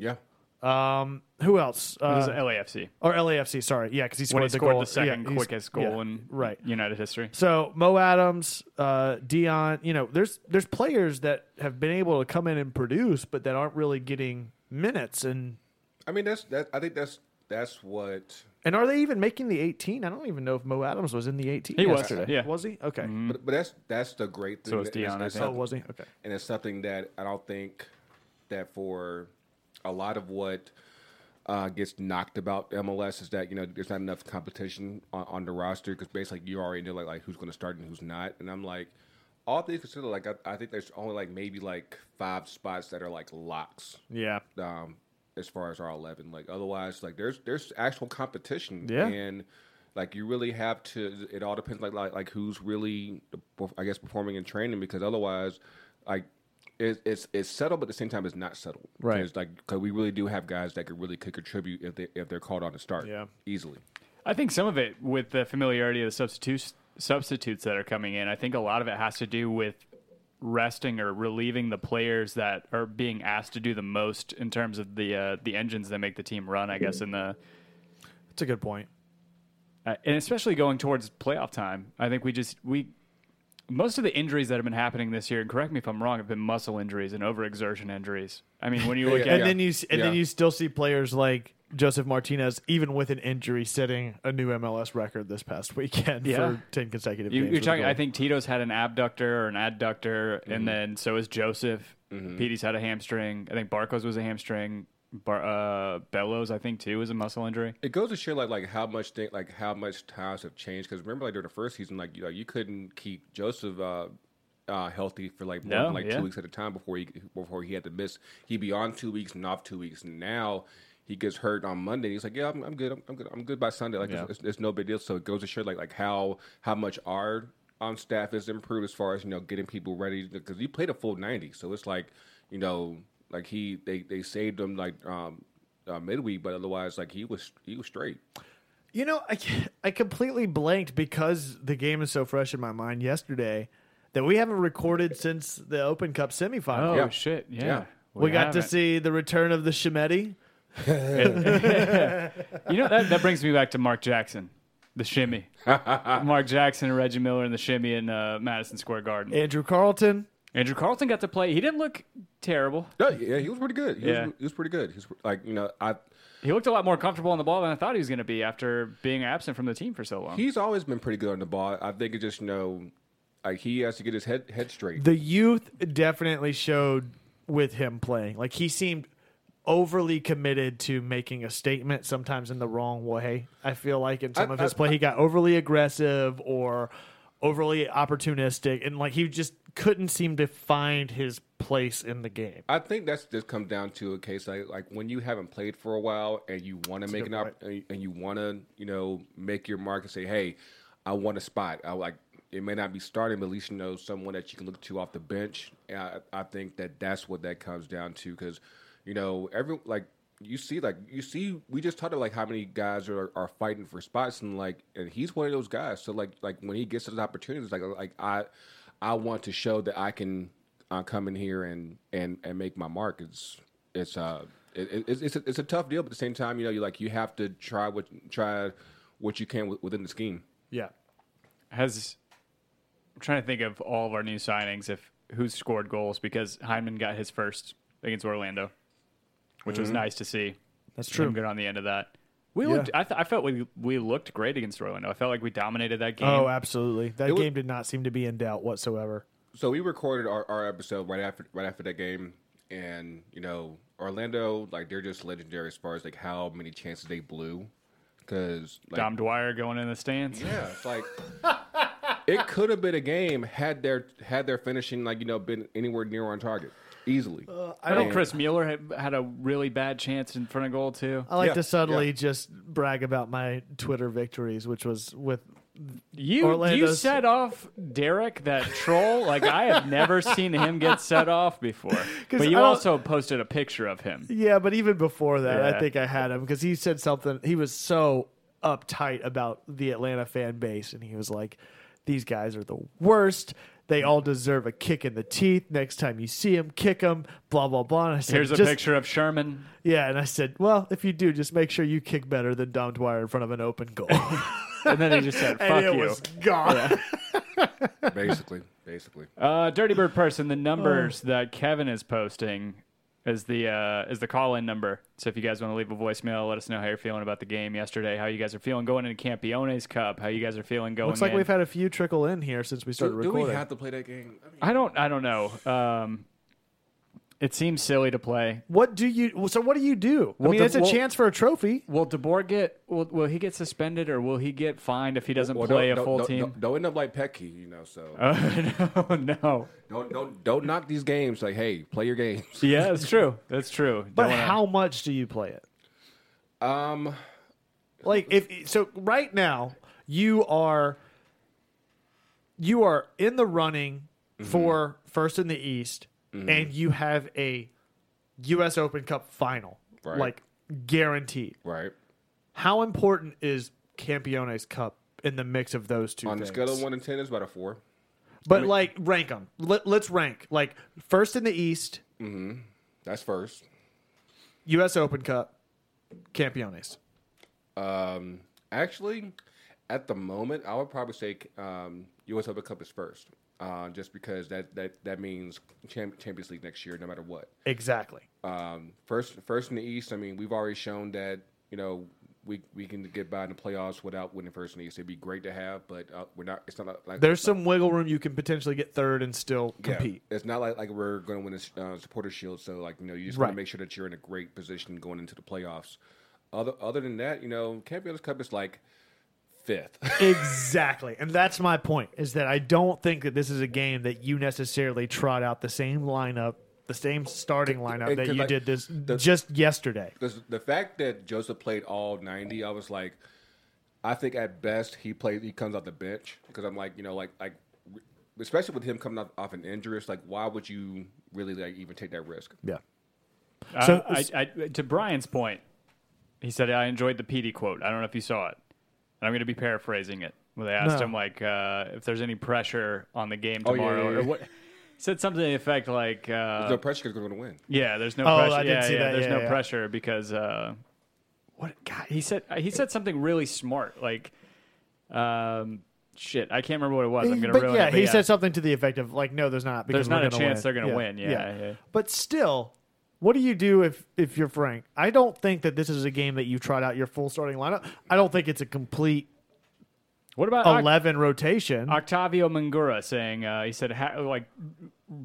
Speaker 2: Yeah.
Speaker 1: Um, who else?
Speaker 3: This is
Speaker 1: Uh,
Speaker 3: LAFC.
Speaker 1: or LAFC? Sorry, yeah, because he scored
Speaker 3: When he
Speaker 1: the
Speaker 3: scored
Speaker 1: goal.
Speaker 3: the second
Speaker 1: Yeah, he's-
Speaker 3: quickest goal
Speaker 1: yeah,
Speaker 3: in
Speaker 1: right.
Speaker 3: United history.
Speaker 1: So Mo Adams, uh, Dion, you know, there's there's players that have been able to come in and produce, but that aren't really getting minutes. And
Speaker 2: I mean, that's that. I think that's that's what.
Speaker 1: and are they even making the 18? I don't even know if Mo Adams was in the 18.
Speaker 3: He was,
Speaker 1: yesterday.
Speaker 3: yeah. Mm-hmm.
Speaker 1: was he? Okay.
Speaker 2: But, but that's that's the great thing.
Speaker 3: Mm. So it's
Speaker 2: that- it's-
Speaker 3: Deion, I
Speaker 2: it's
Speaker 3: think.
Speaker 1: Oh,
Speaker 2: something-
Speaker 1: was he? Okay.
Speaker 2: and it's something that I don't think that for a lot of what uh, gets knocked about MLS is that you know there's not enough competition on, on the roster because basically you already know like, like who's going to start and who's not, and I'm like. All things considered, like I, I think there's only like maybe like five spots that are like locks
Speaker 1: Yeah.
Speaker 2: um, as far as our eleven. Like otherwise, like there's there's actual competition.
Speaker 1: Yeah.
Speaker 2: And like you really have to. It all depends like like, like who's really I guess performing and training because otherwise, like. It's, it's it's settled, but at the same time, it's not settled.
Speaker 1: Right.
Speaker 2: It's like because we really do have guys that could really could contribute if they if they're called on to start.
Speaker 1: Yeah.
Speaker 2: Easily.
Speaker 3: I think some of it with the familiarity of the substitutes substitutes that are coming in. I think a lot of it has to do with resting or relieving the players that are being asked to do the most in terms of the uh, the engines that make the team run. I guess in the
Speaker 1: That's a good point.
Speaker 3: uh, and especially going towards playoff time. I think we just we most of the injuries that have been happening this year. And correct me if I'm wrong. Have been muscle injuries and overexertion injuries. I mean, when you look
Speaker 2: Yeah.
Speaker 3: at
Speaker 1: And then you s- and then
Speaker 2: Yeah.
Speaker 1: you still see players like Joseph Martinez, even with an injury, setting a new MLS record this past weekend
Speaker 3: Yeah.
Speaker 1: for ten consecutive.
Speaker 3: You,
Speaker 1: games
Speaker 3: you're
Speaker 1: with a
Speaker 3: talking.
Speaker 1: goal.
Speaker 3: I think Tito's had an abductor or an adductor, and then so is Joseph. Petey's had a hamstring. I think Barco's was a hamstring. Bar, uh, Bellows, I think, too, was a muscle injury.
Speaker 2: It goes to show like like how much thing like how much times have changed. Because remember like during the first season, like you know, you couldn't keep Joseph uh, uh, healthy for like more
Speaker 3: No,
Speaker 2: than like
Speaker 3: yeah.
Speaker 2: two weeks at a time before he before he had to miss. He'd be on two weeks and off two weeks. And now he gets hurt on Monday. He's like, yeah, I'm, I'm good. I'm, I'm good. I'm good by Sunday. Like it's, it's no big deal. So it goes to show like like how how much our on staff has improved as far as you know getting people ready because he played a full ninety. So it's like you know like he they they saved him like. um uh, midweek, but otherwise, like he was, he was straight.
Speaker 1: You know, I, I completely blanked because the game is so fresh in my mind yesterday that we haven't recorded since the Open Cup semifinal.
Speaker 3: Oh
Speaker 2: Yeah.
Speaker 3: shit! Yeah,
Speaker 2: Yeah.
Speaker 1: we, got to
Speaker 3: haven't.
Speaker 1: see the return of the Shimetti.
Speaker 3: You know that that brings me back to Mark Jackson, the shimmy. Mark Jackson and Reggie Miller and the shimmy in uh, Madison Square Garden.
Speaker 1: Andrew Carlton.
Speaker 3: Andrew Carlton got to play. He didn't look terrible.
Speaker 2: No, yeah, he was pretty good. He,
Speaker 3: Yeah.
Speaker 2: was, he was pretty good. He's like you know, I
Speaker 3: He looked a lot more comfortable on the ball than I thought he was going to be after being absent from the team for so long.
Speaker 2: he's always been pretty good on the ball. I think it just you know, like he has to get his head head straight.
Speaker 1: The youth definitely showed with him playing. Like he seemed overly committed to making a statement, sometimes in the wrong way. I feel like in some
Speaker 2: I-
Speaker 1: of his
Speaker 2: I-
Speaker 1: play, he got overly aggressive or overly opportunistic, and like he just couldn't seem to find his place in the game.
Speaker 2: I think that's just come down to a case like like when you haven't played for a while and you want to make an
Speaker 1: good
Speaker 2: op- and you want to you know make your mark and say, hey, I want a spot. I like it may not be starting, but at least you know someone that you can look to off the bench. And I, I think that that's what that comes down to because you know every like you see like you see we just talked about like how many guys are, are fighting for spots and like and he's one of those guys. So like like when he gets those opportunities, like like I I want to show that I can uh, come in here and and and make my mark. It's it's uh it, it- it's it's a, it's a tough deal, but at the same time, you know, you like you have to try what try what you can wi- within the scheme.
Speaker 1: Yeah.
Speaker 3: has I'm trying to think of all of our new signings if who's scored goals because Hyman got his first against Orlando, which was nice to see.
Speaker 1: That's
Speaker 3: Him good on the end of that. Mm-hmm. We
Speaker 1: Yeah.
Speaker 3: looked. I, th- I felt we we looked great against Orlando. I felt like we dominated that game.
Speaker 1: Oh, absolutely. That
Speaker 2: was-
Speaker 1: game did not seem to be in doubt whatsoever.
Speaker 2: So we recorded our, our episode right after right after that game, and you know Orlando like they're just legendary as far as like how many chances they blew, because like
Speaker 3: Dom Dwyer going in the stands.
Speaker 2: yeah, it's like it could have been a game had their had their finishing like you know been anywhere near on target easily.
Speaker 3: I think Chris Mueller had, had a really bad chance in front of goal too.
Speaker 1: I like
Speaker 2: Yeah,
Speaker 1: to subtly
Speaker 2: yeah.
Speaker 1: just brag about my Twitter victories, which was with
Speaker 3: You you
Speaker 1: Orlando's-
Speaker 3: set off Derek that troll like I have never seen him get set off before.
Speaker 1: 'Cause
Speaker 3: But you
Speaker 1: I don't-
Speaker 3: also posted a picture of him.
Speaker 1: yeah, but even before that, I
Speaker 3: Yeah.
Speaker 1: think I had him because he said something. He was so uptight about the Atlanta fan base, and he was like, "These guys are the worst. They all deserve a kick in the teeth. Next time you see them, kick them." Blah blah blah. And I said,
Speaker 3: Here's a
Speaker 1: "Just-
Speaker 3: picture of Sherman.
Speaker 1: Yeah, and I said, "Well, if you do, just make sure you kick better than Dom Dwyer in front of an open goal."
Speaker 3: And then he just said,
Speaker 1: and
Speaker 3: fuck
Speaker 1: it
Speaker 3: you.
Speaker 1: was gone.
Speaker 2: basically, basically.
Speaker 3: Uh, Dirty Bird person, the
Speaker 1: Oh.
Speaker 3: numbers that Kevin is posting is the uh, is the call in number. So if you guys want to leave a voicemail, let us know how you're feeling about the game yesterday, how you guys are feeling going into Campione's Cup, how you guys are feeling going.
Speaker 1: Looks like
Speaker 3: in.
Speaker 1: we've had a few trickle in here since we started
Speaker 2: Do, do
Speaker 1: recording.
Speaker 2: we have to play that game? I mean,
Speaker 3: I don't. I don't know. Um, it seems silly to play.
Speaker 1: What do you? well, So what do you do? I
Speaker 3: Well,
Speaker 1: mean,
Speaker 3: the-
Speaker 1: it's a
Speaker 3: well-
Speaker 1: chance for a trophy.
Speaker 3: Will DeBoer get? Will, will he get suspended or will he get fined if he doesn't
Speaker 2: well,
Speaker 3: play
Speaker 2: don't,
Speaker 3: a full
Speaker 2: don't,
Speaker 3: team?
Speaker 2: Don't, don't end up like Pecky, you know. So
Speaker 3: Oh no!
Speaker 2: don't don't don't knock these games. Like, hey, play your games.
Speaker 3: Yeah, that's true. That's true. Don't
Speaker 1: But
Speaker 3: wanna-
Speaker 1: how much do you play it?
Speaker 2: Um,
Speaker 1: Like if so, right now you are you are in the running
Speaker 2: Mm-hmm.
Speaker 1: for first in the East, and you have a U.S. Open Cup final,
Speaker 2: Right.
Speaker 1: like guaranteed.
Speaker 2: right.
Speaker 1: How important is Campione's Cup in the mix of those two?
Speaker 2: On the
Speaker 1: things?
Speaker 2: scale of one to ten, it's about a four.
Speaker 1: but like rank them. Let, let's rank like first in the East,
Speaker 2: That's first.
Speaker 1: U.S. Open Cup, Campione's.
Speaker 2: Um, actually, at the moment, I would probably say um, U.S. Open Cup is first, uh, just because that that that means champ- Champions League next year, no matter what.
Speaker 1: Exactly.
Speaker 2: Um, first, first in the East. I mean, we've already shown that you know we we can get by in the playoffs without winning first in the East. It'd be great to have, but uh, we're not. It's not like- like
Speaker 1: There's some wiggle room you can potentially get third and still
Speaker 2: yeah,
Speaker 1: compete.
Speaker 2: it's not like, like we're going to win a uh, supporter shield. So like you know, you just want
Speaker 1: Right.
Speaker 2: to make sure that you're in a great position going into the playoffs. Other other than that, you know, Champions Cup is like fifth.
Speaker 1: Exactly. And that's my point is that I don't think that this is a game that you necessarily trot out the same lineup, the same starting lineup
Speaker 2: and
Speaker 1: that
Speaker 2: 'cause,
Speaker 1: you
Speaker 2: like,
Speaker 1: did this
Speaker 2: the-
Speaker 1: just yesterday.
Speaker 2: Because the fact that Joseph played all ninety, I was like, I think at best he plays. He comes off the bench because I'm like, you know, like like especially with him coming off, off an injury, it's like, why would you really like even take that risk?
Speaker 1: Yeah.
Speaker 3: Uh,
Speaker 1: So-
Speaker 3: I, I, to Brian's point, he said, "I enjoyed the PD quote. I don't know if you saw it, and I'm going to be paraphrasing it." When they asked
Speaker 1: No.
Speaker 3: him like uh, if there's any pressure on the game
Speaker 2: Oh, yeah,
Speaker 3: tomorrow,
Speaker 2: yeah,
Speaker 3: or
Speaker 2: yeah.
Speaker 3: what, said something to the effect like, uh,
Speaker 2: no pressure because we're going to win.
Speaker 3: "Yeah, there's no
Speaker 1: Oh, I
Speaker 3: pressure.
Speaker 1: did
Speaker 3: yeah,
Speaker 1: see
Speaker 3: yeah,
Speaker 1: that.
Speaker 3: there's
Speaker 1: Yeah,
Speaker 3: no
Speaker 1: yeah.
Speaker 3: pressure because uh, what? God, he said he said something really smart like." Um, Shit, I can't remember what it was. I'm gonna
Speaker 1: But
Speaker 3: ruin
Speaker 1: yeah,
Speaker 3: it.
Speaker 1: he said something to the effect of like, no, there's not.
Speaker 3: There's
Speaker 1: Because
Speaker 3: not
Speaker 1: we're
Speaker 3: a
Speaker 1: gonna
Speaker 3: chance
Speaker 1: win.
Speaker 3: they're gonna win. Yeah, yeah.
Speaker 1: But still, what do you do if if you're Frank? I don't think that this is a game that you trot out your full starting lineup. I don't think it's a complete
Speaker 3: What about Oc-
Speaker 1: eleven rotation.
Speaker 3: Octavio Mangura saying uh, he said ha- like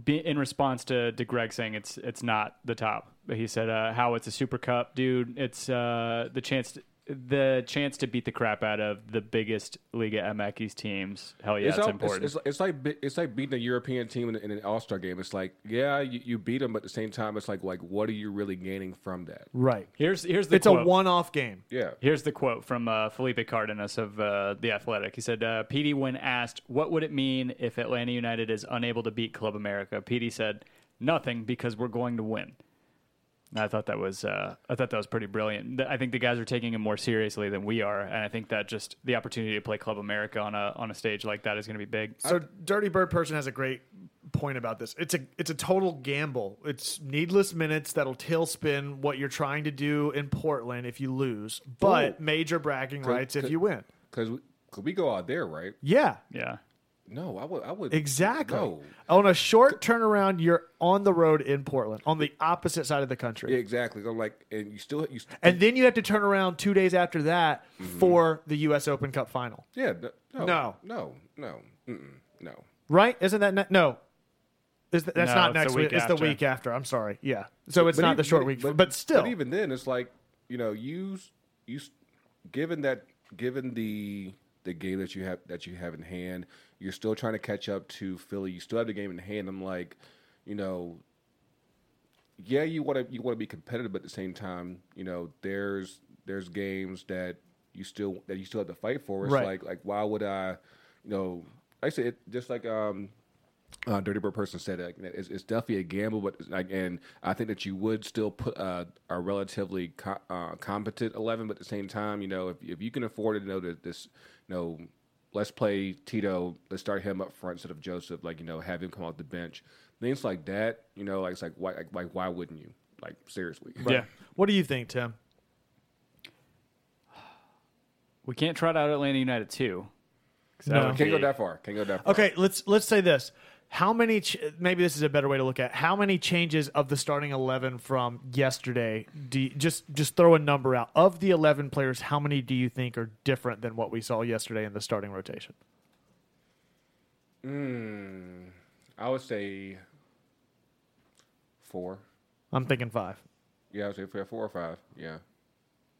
Speaker 3: be, in response to, to Greg saying it's it's not the top. But he said uh, how it's a Super Cup, dude. It's uh, the chance to, the chance to beat the crap out of the biggest Liga MX teams. Hell yeah, it's,
Speaker 2: all-
Speaker 3: important.
Speaker 2: It's, it's like bi- it's like beating a European team in, in an All Star game. It's like, yeah, you, you beat them, but at the same time, it's like like what are you really gaining from that?
Speaker 1: right.
Speaker 3: here's here's the
Speaker 1: It's
Speaker 3: quote.
Speaker 1: a one-off game.
Speaker 2: Yeah,
Speaker 3: Here's the quote from uh, Felipe Cardenas of uh, The Athletic. He said, uh, PD, when asked, what would it mean if Atlanta United is unable to beat Club America? PD said, nothing because we're going to win. And I thought that was uh, I thought that was pretty brilliant. Th- I think the guys are taking it more seriously than we are, and I think that just the opportunity to play Club America on a on a stage like that is going to be big.
Speaker 1: So Dirty Bird Person has a great point about this. It's a it's a total gamble. It's needless minutes that'll tailspin what you're trying to do in Portland if you lose, but major bragging rights if
Speaker 2: could-
Speaker 1: you win.
Speaker 2: because could we go out there, right?
Speaker 1: Yeah,
Speaker 3: Yeah,
Speaker 2: No, I would. I would
Speaker 1: exactly.
Speaker 2: No.
Speaker 1: On a short turnaround, you're on the road in Portland, on the opposite side of the country.
Speaker 2: Yeah, exactly. I'm like, and you still you. st-
Speaker 1: and then you have to turn around two days after that
Speaker 2: Mm-hmm.
Speaker 1: for the U.S. Open Cup final,
Speaker 2: yeah, no,
Speaker 1: No.
Speaker 2: no, no, mm-mm, no.
Speaker 1: right? Isn't that ne- no? Is that, that's
Speaker 3: No,
Speaker 1: not
Speaker 3: it's the
Speaker 1: next
Speaker 3: week
Speaker 1: week. It's the
Speaker 3: after.
Speaker 1: week after. I'm sorry. Yeah. So it's
Speaker 2: But
Speaker 1: not
Speaker 2: even-
Speaker 1: the short
Speaker 2: but-
Speaker 1: week, but, still,
Speaker 2: but even then, it's like you know, you s- you s- given that given the the game that you have that you have in hand, you're still trying to catch up to Philly. You still have the game in hand. I'm like, you know, yeah, you want to you want to be competitive, but at the same time, you know, there's there's games that you still that you still have to fight for. It's
Speaker 1: Right.
Speaker 2: like like why would I, you know, like I said it, just like um, uh, Dirty Bird person said like, it's, it's definitely a gamble, but like, and I think that you would still put uh, a relatively co- uh, competent eleven, but at the same time, you know, if, if you can afford to know that this, you know, let's play Tito, let's start him up front instead of Joseph, like you know, have him come off the bench, things like that, you know, like it's like why like, like why wouldn't you? Like seriously,
Speaker 3: Yeah.
Speaker 1: What do you think, Tim?
Speaker 3: We can't trot out Atlanta United too. 'Cause that
Speaker 1: No.
Speaker 3: would
Speaker 2: can't go
Speaker 3: be-
Speaker 2: that far. Can't go that far.
Speaker 1: Okay, let's let's say this. How many? Ch- maybe this is a better way to look at. it. How many changes of the starting eleven from yesterday? Do you, just just throw a number out of the eleven players. How many do you think are different than what we saw yesterday in the starting rotation?
Speaker 2: Hmm. I would say four.
Speaker 1: I'm thinking five.
Speaker 2: Yeah, I would say four four or five. Yeah,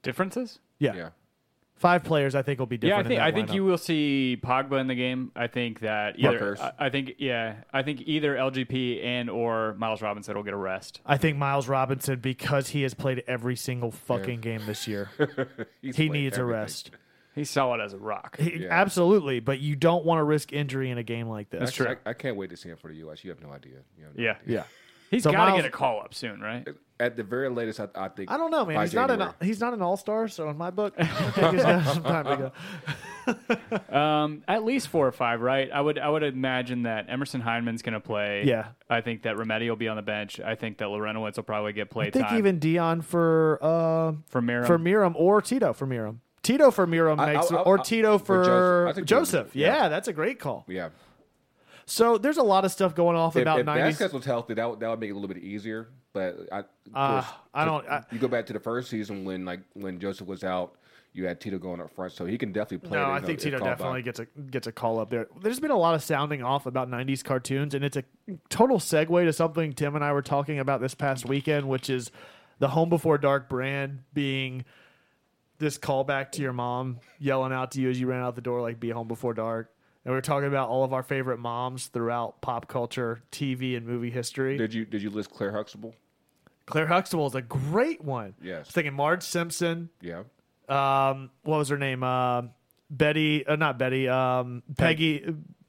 Speaker 3: Differences?
Speaker 1: Yeah,
Speaker 2: yeah.
Speaker 1: five players. I think will be
Speaker 3: Yeah, I
Speaker 1: different.
Speaker 3: think I
Speaker 1: in that
Speaker 3: think
Speaker 1: lineup.
Speaker 3: you will see Pogba in the game. I think that either
Speaker 2: Rutgers.
Speaker 3: I, I think yeah, I think either LGP and or Miles Robinson will get a rest.
Speaker 1: I think Miles Robinson because he has played every single fucking game this year.
Speaker 2: He's
Speaker 1: he
Speaker 2: played
Speaker 1: needs a
Speaker 2: everything.
Speaker 1: rest.
Speaker 3: He's solid as a rock.
Speaker 1: He-
Speaker 2: Yeah.
Speaker 1: Absolutely, but you don't want to risk injury in a game like this.
Speaker 2: Actually, I, I can't wait to see him for the U.S. You have no idea. You have no
Speaker 3: Yeah.
Speaker 1: Yeah.
Speaker 3: He's
Speaker 1: So
Speaker 3: got to
Speaker 1: Miles-
Speaker 3: get a call up soon, right?
Speaker 2: At the very latest, I, I think.
Speaker 1: I don't know, man.
Speaker 2: by
Speaker 1: He's not an
Speaker 2: January.
Speaker 1: he's not an all star, so in my book, I think he's got some time to go.
Speaker 3: Um, at least four or five, right? I would I would imagine that Emerson Heinman's going to play.
Speaker 1: Yeah.
Speaker 3: I think that Rometty will be on the bench. I think that Lorenowitz will probably get play
Speaker 1: I think
Speaker 3: time
Speaker 1: even Dion for uh,
Speaker 3: for Merrim.
Speaker 1: for Miram or Tito for Miram. Tito for Miram
Speaker 2: I-
Speaker 1: makes
Speaker 2: I- I-
Speaker 1: or
Speaker 2: I-
Speaker 1: Tito
Speaker 2: for
Speaker 1: for,
Speaker 2: Joseph. I
Speaker 1: Joseph.
Speaker 2: think Joseph,
Speaker 1: Yeah.
Speaker 2: yeah.
Speaker 1: that's a great call.
Speaker 2: Yeah.
Speaker 1: So there's a lot of stuff going off
Speaker 2: If,
Speaker 1: about
Speaker 2: if
Speaker 1: 90s.
Speaker 2: Vasquez was healthy, that would, that would make it a little bit easier. But I, of
Speaker 1: Uh,
Speaker 2: course,
Speaker 1: I don't. I,
Speaker 2: you go back to the first season when like when Joseph was out, you had Tito going up front, so he can definitely play.
Speaker 1: no,
Speaker 2: it,
Speaker 1: I
Speaker 2: you know,
Speaker 1: think
Speaker 2: if
Speaker 1: Tito
Speaker 2: called by.
Speaker 1: definitely gets a gets a call up there. There's been a lot of sounding off about 90s cartoons, and it's a total segue to something Tim and I were talking about this past weekend, which is the Home Before Dark brand being this callback to your mom yelling out to you as you ran out the door, like "Be home before dark." And we were talking about all of our favorite moms throughout pop culture, TV, and movie history.
Speaker 2: Did you did you list Claire Huxtable?
Speaker 1: Claire Huxtable is a great one.
Speaker 2: Yes.
Speaker 1: I was thinking Marge Simpson.
Speaker 2: Yeah.
Speaker 1: um, what was her name? Uh, Betty, uh, not Betty, um, Peggy,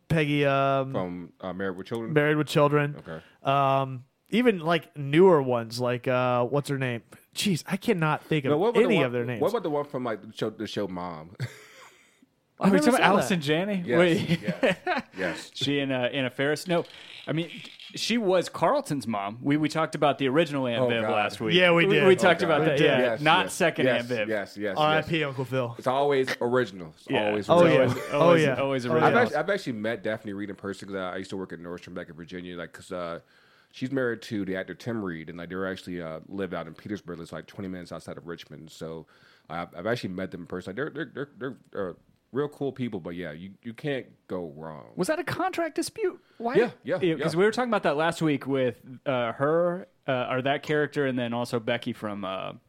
Speaker 1: Peggy, um,
Speaker 2: From uh, Married with Children.
Speaker 1: Married with Children.
Speaker 2: okay.
Speaker 1: Um, even like newer ones, like uh, what's her name? Jeez, I cannot think of
Speaker 2: Now, what about
Speaker 1: any
Speaker 2: the one,
Speaker 1: of their names.
Speaker 2: What about the one from like the show, the show Mom?
Speaker 3: Are we
Speaker 1: never
Speaker 3: talking about
Speaker 1: saw that.
Speaker 3: Allison Janney?
Speaker 2: yes.
Speaker 3: Wait.
Speaker 2: yes. Yes.
Speaker 3: She and uh, Anna Ferris. No, I mean she was Carlton's mom. We we talked about the original Aunt
Speaker 2: Oh,
Speaker 3: Viv
Speaker 2: God.
Speaker 3: last week.
Speaker 1: Yeah, we did.
Speaker 3: We, talked
Speaker 2: Okay.
Speaker 3: about
Speaker 2: We
Speaker 3: that.
Speaker 1: did.
Speaker 3: Yeah,
Speaker 2: Yes,
Speaker 3: not
Speaker 2: yes,
Speaker 3: second
Speaker 2: yes,
Speaker 3: Aunt Viv.
Speaker 2: Yes. Yes. yes.
Speaker 1: R.I.P. Uncle Phil.
Speaker 2: It's always original. It's
Speaker 3: Yeah.
Speaker 2: always
Speaker 1: Oh,
Speaker 2: original.
Speaker 1: yeah.
Speaker 3: Always,
Speaker 1: Oh,
Speaker 3: always,
Speaker 1: yeah.
Speaker 3: always
Speaker 1: Oh,
Speaker 3: original.
Speaker 1: yeah.
Speaker 2: I've actually, I've actually met Daphne Reed in person because I used to work at Nordstrom back in Virginia. Like, cause uh, she's married to the actor Tim Reed, and like they are actually uh, live out in Petersburg. It's like 20 minutes outside of Richmond. So I've, I've actually met them in person. Like, they're they're they're, they're, uh, real cool people, but yeah, you, you can't go wrong.
Speaker 3: Was that a contract dispute? Why?
Speaker 2: Yeah, yeah,
Speaker 3: Because
Speaker 2: yeah.
Speaker 3: we were talking about that last week with uh, her uh, or that character, and then also Becky from uh, um,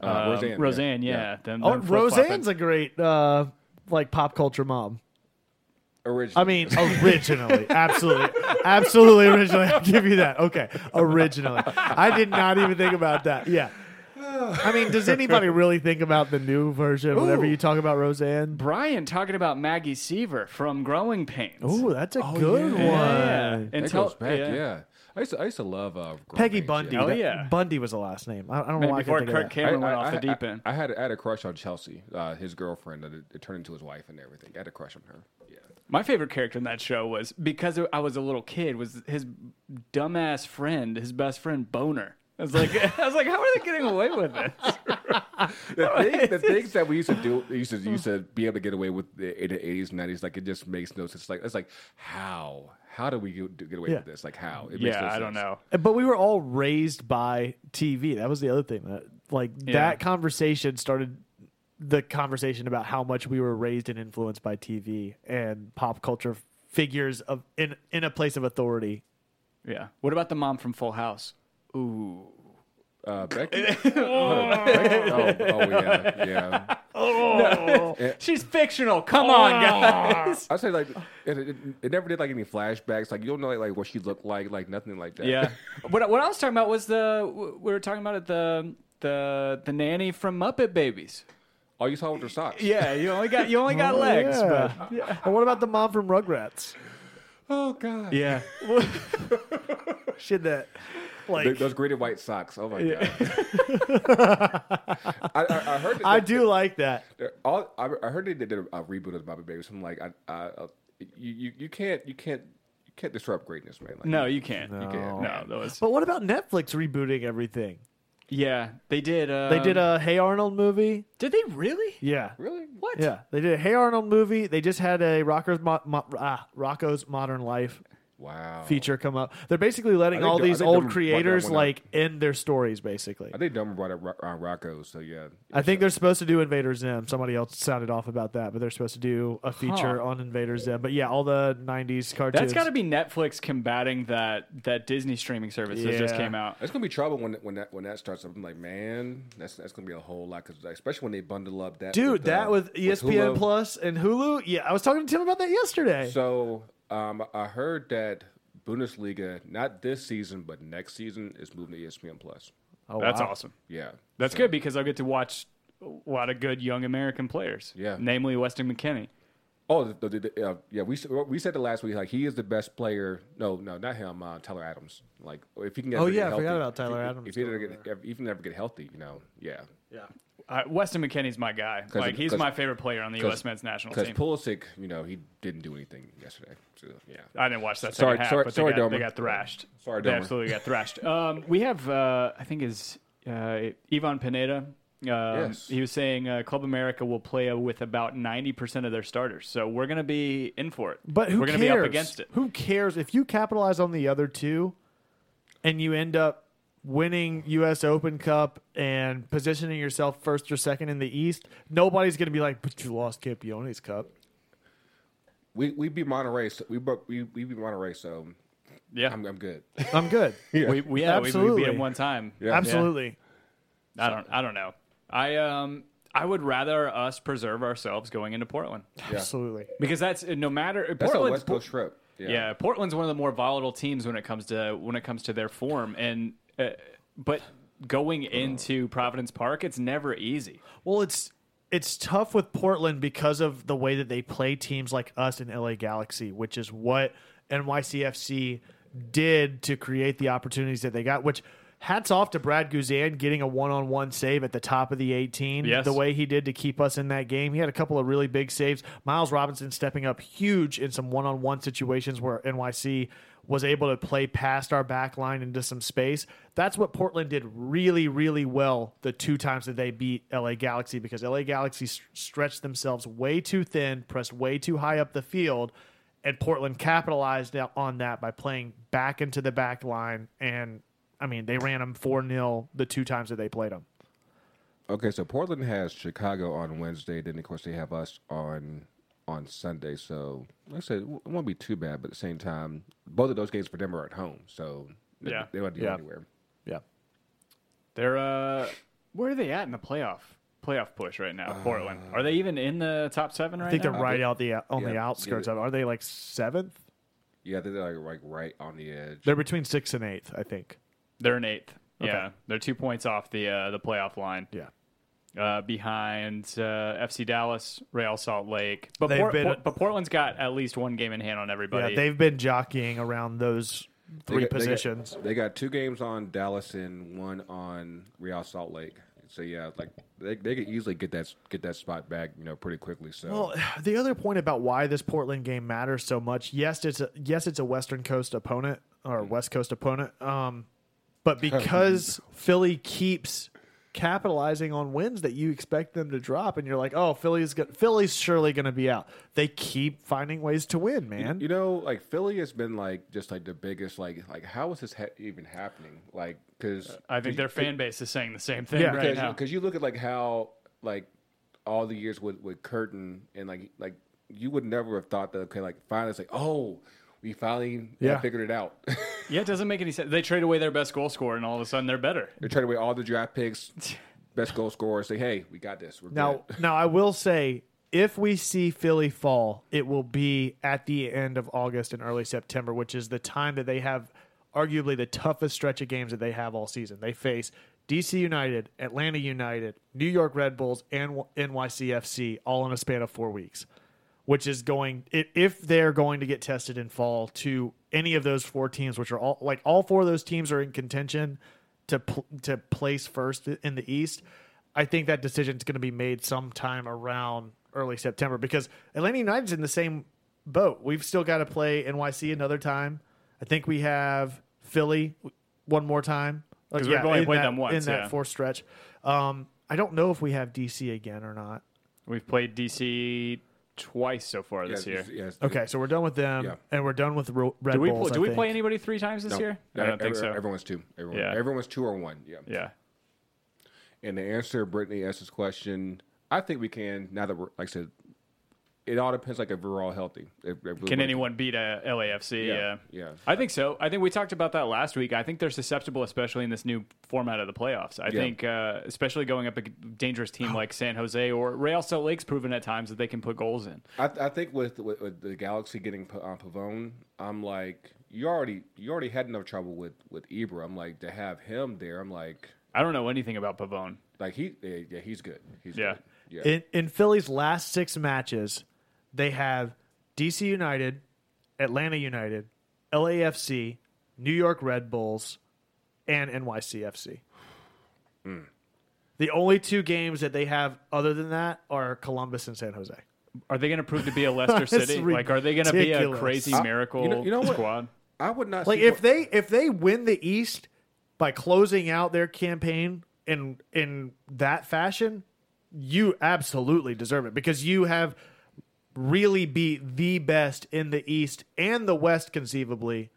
Speaker 2: Uh, Roseanne, yeah.
Speaker 3: Roseanne, yeah.
Speaker 2: Yeah.
Speaker 3: Them-
Speaker 1: Oh,
Speaker 3: them flip-flopping.
Speaker 1: Roseanne's a great uh, like pop culture mom.
Speaker 2: Original.
Speaker 1: I mean, originally, absolutely, absolutely originally. I'll give you that. Okay, originally, I did not even think about that. Yeah. I mean, does anybody really think about the new version whenever
Speaker 3: Ooh.
Speaker 1: you talk about Roseanne?
Speaker 3: Brian talking about Maggie Seaver from Growing Pains.
Speaker 1: Ooh, that's a good
Speaker 3: yeah.
Speaker 1: one.
Speaker 3: Oh, yeah.
Speaker 2: that
Speaker 3: And tell-
Speaker 2: goes back. Yeah.
Speaker 3: yeah.
Speaker 2: I used to I used to love uh, Growing
Speaker 1: Peggy
Speaker 2: Pains,
Speaker 1: Bundy.
Speaker 2: yeah.
Speaker 3: Oh,
Speaker 1: That-
Speaker 3: yeah.
Speaker 1: Bundy was the last name. I, I don't know
Speaker 3: Man,
Speaker 1: why I
Speaker 3: before
Speaker 1: could think of
Speaker 3: Kirk
Speaker 1: that.
Speaker 3: Cameron went off the
Speaker 2: I-
Speaker 3: deep end.
Speaker 2: I, had I had a crush on Chelsea, uh, his girlfriend. and It, it turned into his wife and everything. I had a crush on her. Yeah.
Speaker 3: My favorite character in that show was because I was a little kid was his dumbass friend, his best friend Boner. I was like, I was like, how are they getting away with it?
Speaker 2: the, thing, the things that we used to do, used to used to be able to get away with in the eighties, nineties, like it just makes no sense. It's like it's like how how do we get, get away
Speaker 1: Yeah.
Speaker 2: with this? Like how? It makes no
Speaker 3: Yeah, I don't
Speaker 2: sense.
Speaker 3: know.
Speaker 1: But we were all raised by TV. That was the other thing. That, like that conversation started the conversation about how much we were raised and influenced by TV and pop culture figures of in in a place of authority.
Speaker 3: Yeah. What about the mom from Full House? Ooh.
Speaker 2: Uh, Becky? oh, Becky? Oh, oh, yeah, yeah.
Speaker 3: She's fictional. Come on, guys.
Speaker 2: I say like it, it, it never did like any flashbacks. Like you don't know like, like what she looked like, like nothing like that.
Speaker 3: Yeah. what what I was talking about was the we were talking about it the the the nanny from Muppet Babies.
Speaker 2: All you saw was her socks.
Speaker 1: Oh,
Speaker 3: Yeah, you only got you only got legs,
Speaker 1: Yeah. And what about the mom from Rugrats?
Speaker 2: Oh God.
Speaker 3: Yeah.
Speaker 1: Shit, that like
Speaker 2: Th- Those gritty white socks. Oh my god! I, I, I heard. that-
Speaker 1: I do like that.
Speaker 2: They're all I, I heard they did a, a reboot of Bobby Baby. So I'm like, I, I, I you, you, you can't, you can't, you can't disrupt greatness, man. Like,
Speaker 3: No, you can't.
Speaker 2: you can't.
Speaker 3: No, that was.
Speaker 1: But what about Netflix rebooting everything?
Speaker 3: Yeah, they did. Um,
Speaker 1: They did a Hey Arnold movie.
Speaker 3: Did they really?
Speaker 1: Yeah.
Speaker 2: Really?
Speaker 3: What?
Speaker 1: Yeah, they did a Hey Arnold movie. They just had a Rocco's Mo- Mo- ah, Rocco's Modern Life
Speaker 2: Wow.
Speaker 1: feature come up. They're basically letting
Speaker 2: I think
Speaker 1: all
Speaker 2: the- I
Speaker 1: these
Speaker 2: think
Speaker 1: old
Speaker 2: the-
Speaker 1: creators
Speaker 2: what that one-
Speaker 1: like end their stories. Basically,
Speaker 2: I think Dumber brought up Ro- uh, Rocco, so yeah.
Speaker 1: I think they're supposed to do Invader Zim. Somebody else sounded off about that, but they're supposed to do a feature on Invader Zim. But yeah, all the '90s cartoons.
Speaker 3: That's got to be Netflix combating that that Disney streaming service that just
Speaker 1: Yeah.
Speaker 3: came out.
Speaker 2: It's gonna be trouble when when that when that starts up. I'm like, man, that's that's gonna be a whole lot because especially when they bundle up that
Speaker 1: Dude,
Speaker 2: with,
Speaker 1: that E
Speaker 2: uh,
Speaker 1: with ESPN
Speaker 2: Hulu.
Speaker 1: Plus and Hulu. Yeah, I was talking to Tim about that yesterday.
Speaker 2: So um, I heard that Bundesliga, not this season but next season, is moving to E ESPN Plus.
Speaker 1: Oh,
Speaker 3: That's
Speaker 1: wow.
Speaker 3: awesome.
Speaker 2: Yeah,
Speaker 3: That's
Speaker 2: So-
Speaker 3: good because I'll get to watch a lot of good young American players.
Speaker 2: Yeah.
Speaker 3: Namely Weston McKinney.
Speaker 2: Oh, the, the, the, uh, yeah. We s- we said the last week like he is the best player. No, no, not him. Uh, Tyler Adams. Like if he can.
Speaker 1: Oh,
Speaker 2: ever get
Speaker 1: yeah, I forgot
Speaker 2: healthy-
Speaker 1: about Tyler
Speaker 2: if-
Speaker 1: Adams
Speaker 2: If he
Speaker 1: going
Speaker 2: ever get, if he can ever get healthy, you know, yeah.
Speaker 3: Uh, Weston McKinney's my guy. Like he's
Speaker 2: 'cause-
Speaker 3: my favorite player on the
Speaker 2: 'cause-
Speaker 3: U.S. men's national
Speaker 2: Because
Speaker 3: team.
Speaker 2: Pulisic, you know, he didn't do anything yesterday. So yeah.
Speaker 3: I didn't watch that
Speaker 2: Sorry-
Speaker 3: second half,
Speaker 2: sorry-
Speaker 3: but
Speaker 2: sorry,
Speaker 3: they, got, they
Speaker 2: Domer.
Speaker 3: got thrashed.
Speaker 2: Sorry,
Speaker 3: they
Speaker 2: Domer.
Speaker 3: absolutely got thrashed. Um, we have, uh, I think, is uh, Ivan Pineda. Um,
Speaker 2: Yes.
Speaker 3: He was saying uh, Club America will play with about ninety percent of their starters, so we're going to be in for it.
Speaker 1: But who
Speaker 3: we're
Speaker 1: cares?
Speaker 3: gonna be up against it.
Speaker 1: Who cares if you capitalize on the other two, and you end up winning U.S. Open Cup and positioning yourself first or second in the East? Nobody's going to be like, "But you lost Campione's Cup."
Speaker 2: We we beat Monterey. So we bro- we we beat Monterey. So
Speaker 3: Yeah,
Speaker 2: I'm I'm good.
Speaker 1: I'm good.
Speaker 3: we, we, yeah, we- we
Speaker 1: Absolutely.
Speaker 3: beat him one time.
Speaker 1: Absolutely.
Speaker 3: I don't, I don't know. I um, I would rather us preserve ourselves going into Portland
Speaker 1: Absolutely.
Speaker 3: because that's no matter
Speaker 2: That's a
Speaker 3: Portland's-
Speaker 2: West Coast trip. Yeah.
Speaker 3: Yeah, Portland's one of the more volatile teams when it comes to when it comes to their form, and uh, but going into Providence Park, it's never easy.
Speaker 1: Well, it's it's tough with Portland because of the way that they play teams like us in LA Galaxy, which is what NYCFC did to create the opportunities that they got. Which hats off to Brad Guzan getting a one-on-one save at the top of the 18.
Speaker 3: Yes.
Speaker 1: The way he did to keep us in that game, he had a couple of really big saves. Miles Robinson stepping up huge in some one-on-one situations where NYC was able to play past our back line into some space. That's what Portland did really, really well the two times that they beat LA Galaxy because LA Galaxy s- stretched themselves way too thin, pressed way too high up the field, and Portland capitalized out on that by playing back into the back line. And I mean, they ran them 4 0 the two times that they played them.
Speaker 2: Okay, so Portland has Chicago on Wednesday. Then of course they have us on on Sunday. So like I said, it won't be too bad. But at the same time, both of those games for them are at home, so they-
Speaker 3: Yeah.
Speaker 2: they don't have to go
Speaker 1: Yeah.
Speaker 2: anywhere.
Speaker 1: Yeah.
Speaker 3: They're uh, where are they at in the playoff playoff push right now? Portland
Speaker 2: Uh,
Speaker 3: are they even in the top seven right
Speaker 1: I think they're
Speaker 3: now?
Speaker 1: right out the uh, on the
Speaker 2: yeah.
Speaker 1: outskirts of it. Are they like seventh?
Speaker 2: Yeah, they're like, like right on the edge.
Speaker 1: They're between sixth and eighth, I think.
Speaker 3: They're in eighth.
Speaker 1: Okay.
Speaker 3: Yeah, they're two points off the uh, the playoff line
Speaker 1: Yeah.
Speaker 3: uh, behind uh, FC Dallas, Real Salt Lake. But,
Speaker 1: They've
Speaker 3: Port-
Speaker 1: been-
Speaker 3: Port- but Portland's got at least one game in hand on everybody.
Speaker 1: Yeah, they've been jockeying around those
Speaker 2: They
Speaker 1: three
Speaker 2: got- they got-
Speaker 1: positions.
Speaker 2: They got, two games on Dallas and one on Real Salt Lake. So yeah, like they they could easily get that get that spot back, you know, pretty quickly. So
Speaker 1: Well, the other point about why this Portland game matters so much, yes, it's a, yes, it's a Western Coast opponent or
Speaker 2: Mm-hmm.
Speaker 1: West Coast opponent, um, but because Philly keeps capitalizing on wins that you expect them to drop, and you're like, oh, Philly's go- Philly's surely going to be out. They keep finding ways to win, man.
Speaker 2: You know, like Philly has been like just like the biggest like like how is this ha- even happening? Like because
Speaker 3: I think their fan base is saying the same thing
Speaker 1: Yeah.
Speaker 3: right
Speaker 2: because
Speaker 3: now.
Speaker 2: because you look at like how like all the years with with Curtin and like like you would never have thought that okay like finally it's like oh we finally
Speaker 1: Yeah.
Speaker 2: figured it out.
Speaker 3: Yeah, it doesn't make any sense. They trade away their best goal scorer, and all of a sudden they're better.
Speaker 2: They're trading away all the draft picks, best goal scorers. Say hey we got this. We're
Speaker 1: Now,
Speaker 2: good.
Speaker 1: now I will say, if we see Philly fall, it will be at the end of August and early September, which is the time that they have arguably the toughest stretch of games that they have all season. They face DC United, Atlanta United, New York Red Bulls, and NYCFC all in a span of four weeks. which is going i- if they're going to get tested in fall to any of those four teams, which are all like all four of those teams are in contention to pl- to place first in the East. I think that decision is going to be made sometime around early September because Atlanta United's in the same boat. We've still got to play NYC another time. I think we have Philly one more time. Like,
Speaker 3: 'Cause we've only
Speaker 1: in
Speaker 3: played
Speaker 1: that-
Speaker 3: them once,
Speaker 1: in that
Speaker 3: yeah.
Speaker 1: fourth stretch. Um, I don't know if we have DC again or not.
Speaker 3: We've played DC twice so far this year.
Speaker 2: Yes, yes.
Speaker 1: Okay, so we're done with them,
Speaker 2: Yeah.
Speaker 1: and we're done with Ro- Red
Speaker 3: Do we
Speaker 1: Bulls.
Speaker 3: pl-
Speaker 1: I
Speaker 3: do we
Speaker 1: think.
Speaker 3: play anybody three times this
Speaker 2: No,
Speaker 3: year?
Speaker 2: no,
Speaker 3: I don't think
Speaker 2: every-
Speaker 3: so.
Speaker 2: Everyone's two. Everyone,
Speaker 3: Yeah.
Speaker 2: everyone's two or one. Yeah.
Speaker 3: yeah.
Speaker 2: And to answer Brittany S's question, I think we can. Now that we're like I said, it all depends. Like if we're all healthy, If- if we-
Speaker 3: Can anyone beat a LAFC?
Speaker 2: Yeah,
Speaker 3: Yeah.
Speaker 2: yeah.
Speaker 3: I think so. I think we talked about that last week. I think they're susceptible, especially in this new format of the playoffs. I think, uh, especially going up a dangerous team like San Jose or Real Salt Lake's proven at times that they can put goals in.
Speaker 2: I, I think with, with, with the Galaxy getting P- uh, Pavone, I'm like, you already you already had enough trouble with with Ibra. I'm like to have him there. I'm like,
Speaker 3: I don't know anything about Pavone.
Speaker 2: like he yeah, yeah, he's good. He's
Speaker 3: Yeah.
Speaker 2: good. yeah.
Speaker 1: in, in Philly's last six matches, they have DC United, Atlanta United, LAFC, New York Red Bulls, and NYCFC.
Speaker 2: Hmm.
Speaker 1: The only two games that they have other than that are Columbus and San Jose.
Speaker 3: Are they going to prove to be a Leicester
Speaker 1: It's
Speaker 3: City? Like, are they going to be a
Speaker 1: ridiculous.
Speaker 3: crazy
Speaker 2: I-
Speaker 3: miracle
Speaker 2: Uh, you know- you know what?
Speaker 3: squad?
Speaker 2: I would not
Speaker 1: Like
Speaker 2: see
Speaker 1: if
Speaker 2: wh-
Speaker 1: they if they win the East by closing out their campaign in in that fashion, you absolutely deserve it because you have really beat the best in the East and the West conceivably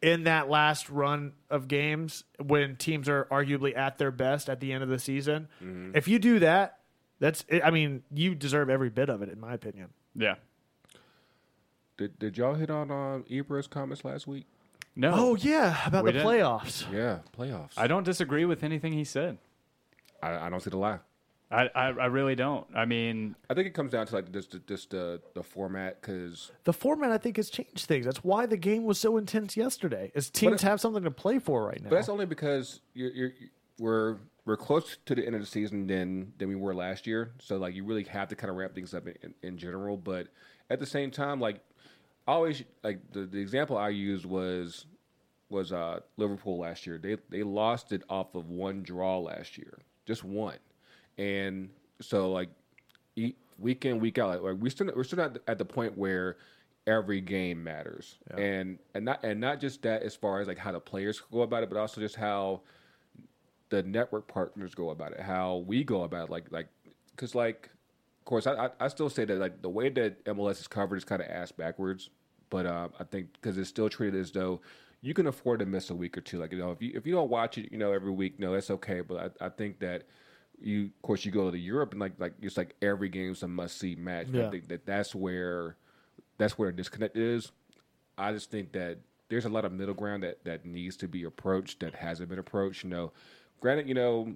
Speaker 1: in that last run of games when teams are arguably at their best at the end of the season. If you do that, that's I mean, you deserve every bit of it in my opinion.
Speaker 3: Yeah.
Speaker 2: did, did y'all hit on um, Ibra's comments last week?
Speaker 3: No.
Speaker 1: Oh yeah, about
Speaker 3: We
Speaker 1: the
Speaker 3: didn't-
Speaker 1: playoffs.
Speaker 2: Yeah, playoffs.
Speaker 3: I don't disagree with anything he said.
Speaker 2: I, I don't see the lie.
Speaker 3: I, I, I really don't. I mean,
Speaker 2: I think it comes down to like just just the the format because
Speaker 1: the format I think has changed things. That's why the game was so intense yesterday. Is teams have something to play for right now?
Speaker 2: But that's only because you're, you're we're we're close to the end of the season than than we were last year. So like you really have to kind of ramp things up in, in general. But at the same time, like I always like the, the example I used was was uh, Liverpool last year. They they lost it off of one draw last year, just one, and so like e- week in week out, like we still we're still not at the point where every game matters, and and not and not just that as far as like how the players go about it, but also just how the network partners go about it, how we go about it, like like because like of course I, I I still say that like the way that MLS is covered is kind of ass backwards, but um, I think because it's still treated as though you can afford to miss a week or two. Like you know if you if you don't watch it, you know every week, no, that's okay. But I, I think that you of course you go to Europe and like like it's like every game's a must see match. And
Speaker 1: Yeah.
Speaker 2: I think that that's where that's where the disconnect is. I just think that there's a lot of middle ground that, that needs to be approached that hasn't been approached. You know, granted, you know,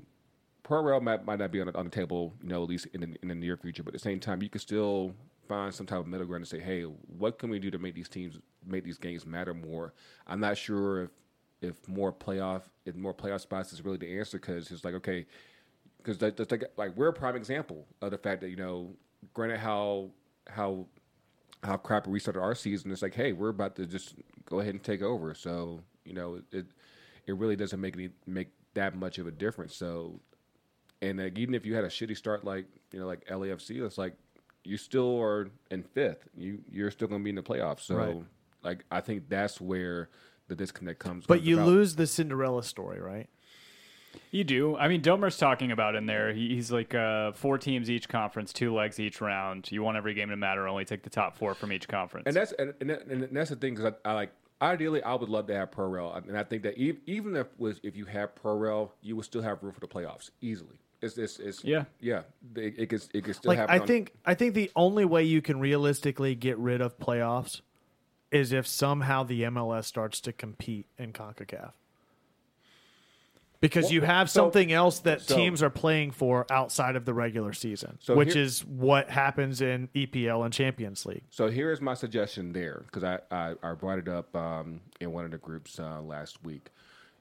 Speaker 2: pro rail might, might not be on the, on the table, you know, at least in the, in the near future. But at the same time, you can still find some type of middle ground and say, hey, what can we do to make these teams make these games matter more? I'm not sure if if more playoff if more playoff spots is really the answer because it's like okay, because that, that's like like we're a prime example of the fact that you know, granted how how how crappy we started our season. It's like, hey, we're about to just go ahead and take over. So you know, it it really doesn't make any make that much of a difference. So, and like, even if you had a shitty start, like you know, like LAFC, it's like you still are in fifth. You you're still going to be in the playoffs. So,
Speaker 1: Right.
Speaker 2: like, I think that's where the disconnect comes.
Speaker 1: but
Speaker 2: comes
Speaker 1: you
Speaker 2: about.
Speaker 1: lose the Cinderella story, right?
Speaker 3: You do. I mean, Domer's talking about in there. He, he's like uh, four teams each conference, two legs each round. You want every game to matter. Only take the top four from each conference.
Speaker 2: And that's and, and, that- and that's the thing because I, I like ideally I would love to have pro rail, and I think that ev- even if was if you have pro rail, you would still have room for the playoffs easily. It's it's, it's
Speaker 3: Yeah.
Speaker 2: yeah. It, it could it could still
Speaker 1: Like
Speaker 2: happen.
Speaker 1: I
Speaker 2: on-
Speaker 1: think I think the only way you can realistically get rid of playoffs is if somehow the MLS starts to compete in CONCACAF. Because you have
Speaker 2: so-
Speaker 1: something else that
Speaker 2: so-
Speaker 1: teams are playing for outside of the regular season,
Speaker 2: So
Speaker 1: which
Speaker 2: here-
Speaker 1: is what happens in EPL and Champions League.
Speaker 2: so. Here is my suggestion there because I, I I brought it up um, in one of the groups uh, last week.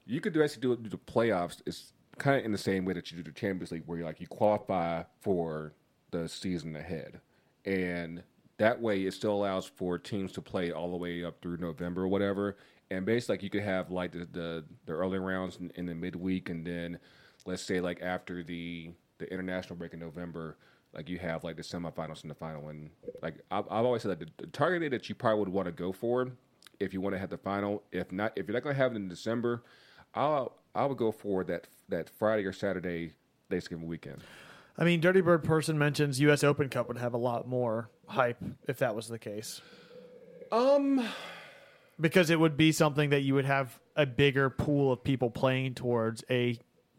Speaker 2: You could basically do, it- do the playoffs. It's kind of in the same way that you do the Champions League, where you like you qualify for the season ahead, and that way it still allows for teams to play all the way up through November or whatever. And basically, like you could have like the the, the early rounds in, in the midweek, and then let's say like after the the international break in November, like you have like the semifinals and the final. And like I've, I've always said, that the, the target date that you probably would want to go for if you want to have the final. If not, if you're not going to have it in December, I'll I would go for that that Friday or Saturday Thanksgiving weekend.
Speaker 1: I mean, Dirty Bird person mentions U.S. Open Cup would have a lot more hype if that was the case.
Speaker 2: Um.
Speaker 1: because it would be something that you would have a bigger pool of people playing towards a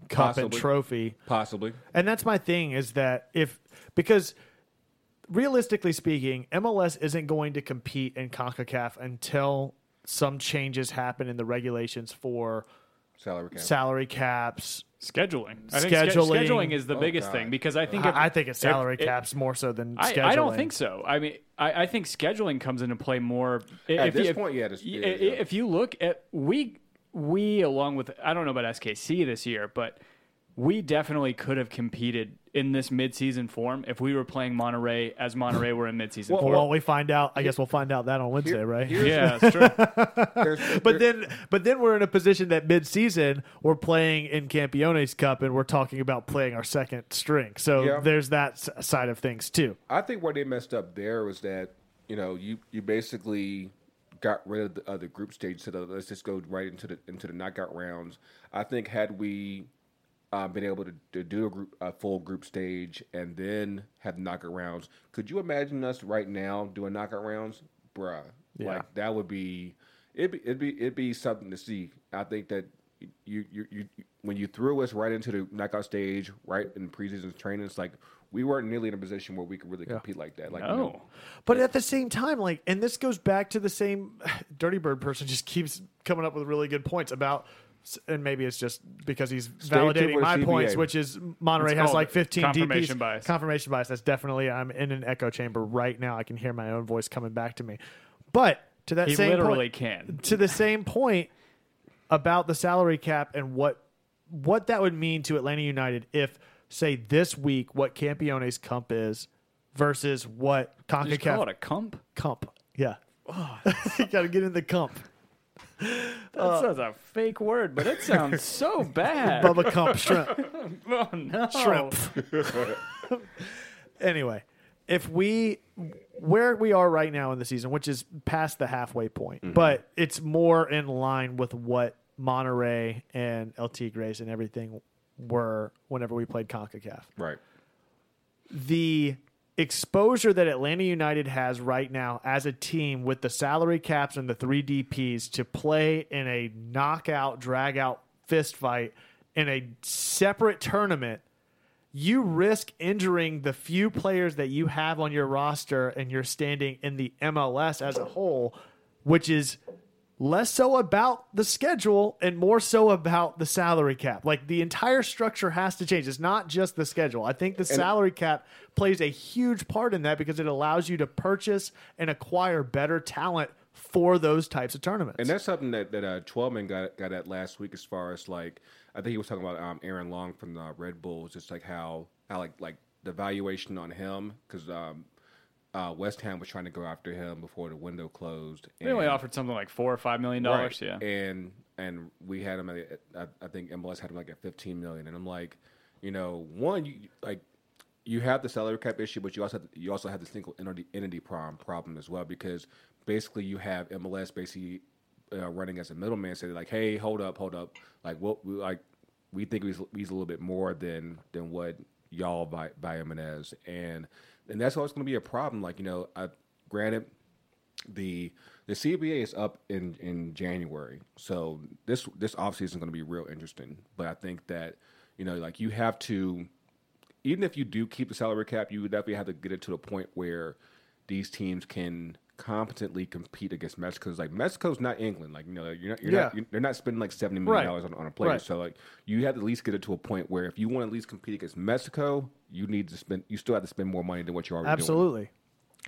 Speaker 1: cup and
Speaker 2: Possibly.
Speaker 1: trophy.
Speaker 2: Possibly.
Speaker 1: And that's my thing is that if because realistically speaking, MLS isn't going to compete in CONCACAF until some changes happen in the regulations for
Speaker 2: Salary cap.
Speaker 1: salary caps.
Speaker 3: Scheduling. I think sch-
Speaker 1: Scheduling. Oh,
Speaker 3: scheduling is the biggest
Speaker 2: God.
Speaker 3: thing because I think if-
Speaker 1: I, I think it's salary
Speaker 3: if- if-
Speaker 1: caps more so than
Speaker 3: I,
Speaker 1: scheduling.
Speaker 3: I don't think so. I mean, I, I think scheduling comes into play more i-
Speaker 2: At
Speaker 3: if
Speaker 2: this
Speaker 3: you,
Speaker 2: point, yeah, this-
Speaker 3: i-
Speaker 2: yeah,
Speaker 3: i-
Speaker 2: yeah.
Speaker 3: If you look at we we along with I don't know about SKC this year, but we definitely could have competed in this midseason form if we were playing Monterey as Monterey were in midseason
Speaker 1: Well,
Speaker 3: form.
Speaker 1: won't we find out? I guess we'll find out that on Wednesday, right?
Speaker 3: yeah, that's true.
Speaker 2: There's-
Speaker 1: But then, but then we're in a position that mid-season we're playing in Campione's Cup, and we're talking about playing our second string. So
Speaker 2: Yeah.
Speaker 1: there's that s- side of things too.
Speaker 2: I think where they messed up there was that you know you you basically got rid of the, of the group stage so that let's just go right into the into the knockout rounds. I think had we uh, been able to, to do a, group, a full group stage and then have the knockout rounds, could you imagine us right now doing knockout rounds, bruh? Like that would be it'd be it'd be it'd be something to see. I think that. You, you you when you threw us right into the knockout stage, right in preseason training, it's like we weren't nearly in a position where we could really compete like that. Like you
Speaker 3: Oh,
Speaker 2: know,
Speaker 1: But at the same time, like, and this goes back to the same Dirty Bird person just keeps coming up with really good points about, and maybe it's just because he's
Speaker 2: tuned
Speaker 1: validating
Speaker 2: with
Speaker 1: my
Speaker 2: CBA.
Speaker 1: points, which is Monterey
Speaker 3: It's
Speaker 1: has
Speaker 3: called
Speaker 1: like 15
Speaker 3: confirmation
Speaker 1: DPs.
Speaker 3: bias.
Speaker 1: Confirmation bias. That's definitely, I'm in an echo chamber right now. I can hear my own voice coming back to me. But to that
Speaker 3: he
Speaker 1: same
Speaker 3: literally
Speaker 1: point,
Speaker 3: can.
Speaker 1: to the same point about the salary cap and what what that would mean to Atlanta United if, say, this week what Campione's Cup is versus what
Speaker 3: Just call
Speaker 1: CONCACAF
Speaker 3: it a comp. Oh.
Speaker 1: Cup. Yeah. you got to get in the Cump.
Speaker 3: That sounds a fake word, but it sounds so bad.
Speaker 1: Bubba Cump shrimp.
Speaker 3: oh no,
Speaker 1: Shrimp. anyway, if we where we are right now in the season, which is past the halfway point, but it's more in line with what Monterey and LT Grace and everything were whenever we played CONCACAF.
Speaker 2: Right.
Speaker 1: the exposure that Atlanta United has right now as a team with the salary caps and the three DPs to play in a knockout, drag out fist fight in a separate tournament, you risk injuring the few players that you have on your roster and your standing in the MLS as a whole, which is less so about the schedule and more so about the salary cap. Like the entire structure has to change. It's not just the schedule. I think the salary cap plays a huge part in that because it allows you to purchase and acquire better talent for those types of tournaments.
Speaker 2: And that's something that that uh, Twelman got got at last week, as far as like I think he was talking about um, Aaron Long from the Red Bulls, just like how how like like the valuation on him because um, uh, West Ham was trying to go after him before the window closed.
Speaker 3: They only
Speaker 2: and-
Speaker 3: offered something like four or five million
Speaker 2: Right.
Speaker 3: dollars. Yeah.
Speaker 2: And and we had him at, at- I think MLS had him like at 15 million and I'm like, you know, one you like you have the salary cap issue, but you also have, you also have the single entity entity problem problem as well because basically you have MLS basically uh, running as a middleman saying like, hey, hold up, hold up, like what we like we think he's, he's a little bit more than than what y'all buy, buy him as, and and that's always going to be a problem. Like you know, I, granted, the the CBA is up in in January, so this this offseason is going to be real interesting. But I think that you know, like you have to, even if you do keep the salary cap, you definitely have to get it to the point where these teams can competently compete against Mexico. 'Cause, Like Mexico's not England, like you know, you're not, you're not,
Speaker 1: Yeah.
Speaker 2: you're, they're not spending like seventy million
Speaker 1: Right.
Speaker 2: dollars on, on a player.
Speaker 1: Right.
Speaker 2: So like you have to at least get it to a point where if you want to at least compete against Mexico, you need to spend, you still have to spend more money than what you're already doing
Speaker 1: Absolutely.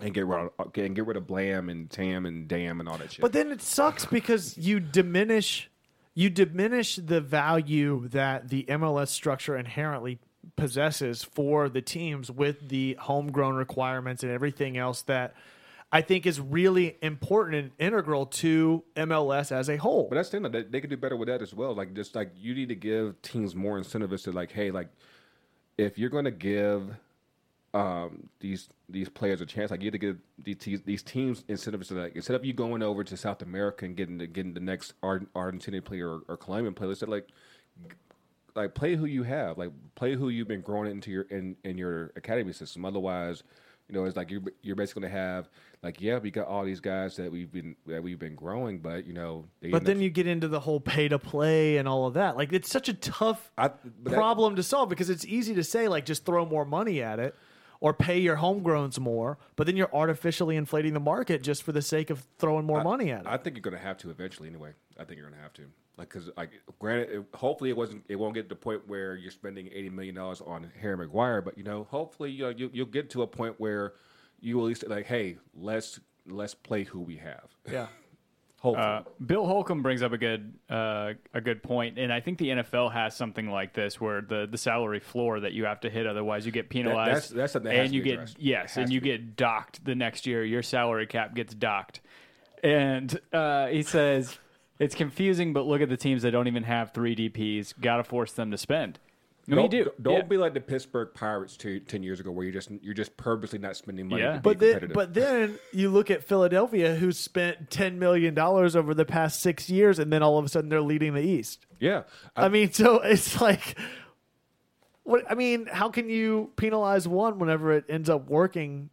Speaker 2: and get rid of, and get rid of Blam and Tam and Dam and all that shit.
Speaker 1: But then it sucks because you diminish you diminish the value that the MLS structure inherently possesses for the teams with the homegrown requirements and everything else that I think is really important and integral to MLS as a whole.
Speaker 2: But that's the thing, that they could do better with that as well. Like just like you need to give teams more incentive as to like, hey, like if you're going to give um, these these players a chance, like you need to give these te- these teams incentives to like instead of you going over to South America and getting the, getting the next Ar- Argentinian player or, or Colombian player, instead like like play who you have, like play who you've been growing into your in, in your academy system. Otherwise, you know, it's like you're you're basically gonna have like yeah, we got all these guys that we've been that we've been growing, but you know, they
Speaker 1: But
Speaker 2: end up-
Speaker 1: then you get into the whole pay to play and all of that. Like it's such a tough
Speaker 2: I- but that-
Speaker 1: problem to solve because it's easy to say like just throw more money at it or pay your homegrowns more, but then you're artificially inflating the market just for the sake of throwing more money at it.
Speaker 2: I think you're going to have to eventually, anyway. I think you're going to have to, like, because like, granted, it, hopefully it wasn't, it won't get to the point where you're spending eighty million dollars on Harry Maguire, but you know, hopefully, uh, you know, you, you'll get to a point where you at least like, hey, let's let's play who we have.
Speaker 1: yeah.
Speaker 2: Hopefully,
Speaker 3: Uh, Bill Holcomb brings up a good uh, a good point, and I think the NFL has something like this, where the, the salary floor that you have to hit, otherwise you get penalized.
Speaker 2: that's something that has
Speaker 3: and
Speaker 2: to
Speaker 3: you
Speaker 2: be
Speaker 3: get
Speaker 2: addressed.
Speaker 3: yes,
Speaker 2: Has
Speaker 3: and
Speaker 2: to
Speaker 3: you
Speaker 2: be.
Speaker 3: get docked the next year. Your salary cap gets docked, and uh, he says it's confusing. But look at the teams that don't even have three DPS. Got to force them to spend. No,
Speaker 2: don't,
Speaker 3: you do.
Speaker 2: Don't
Speaker 3: Yeah.
Speaker 2: be like the Pittsburgh Pirates two, ten years ago, where you just you're just purposely not spending money.
Speaker 3: Yeah.
Speaker 2: to be
Speaker 1: But then,
Speaker 2: competitive.
Speaker 1: but then you look at Philadelphia, who spent ten million dollars over the past six years, and then all of a sudden they're leading the East.
Speaker 2: yeah, I,
Speaker 1: I mean, so it's like, what? I mean, how can you penalize one whenever it ends up working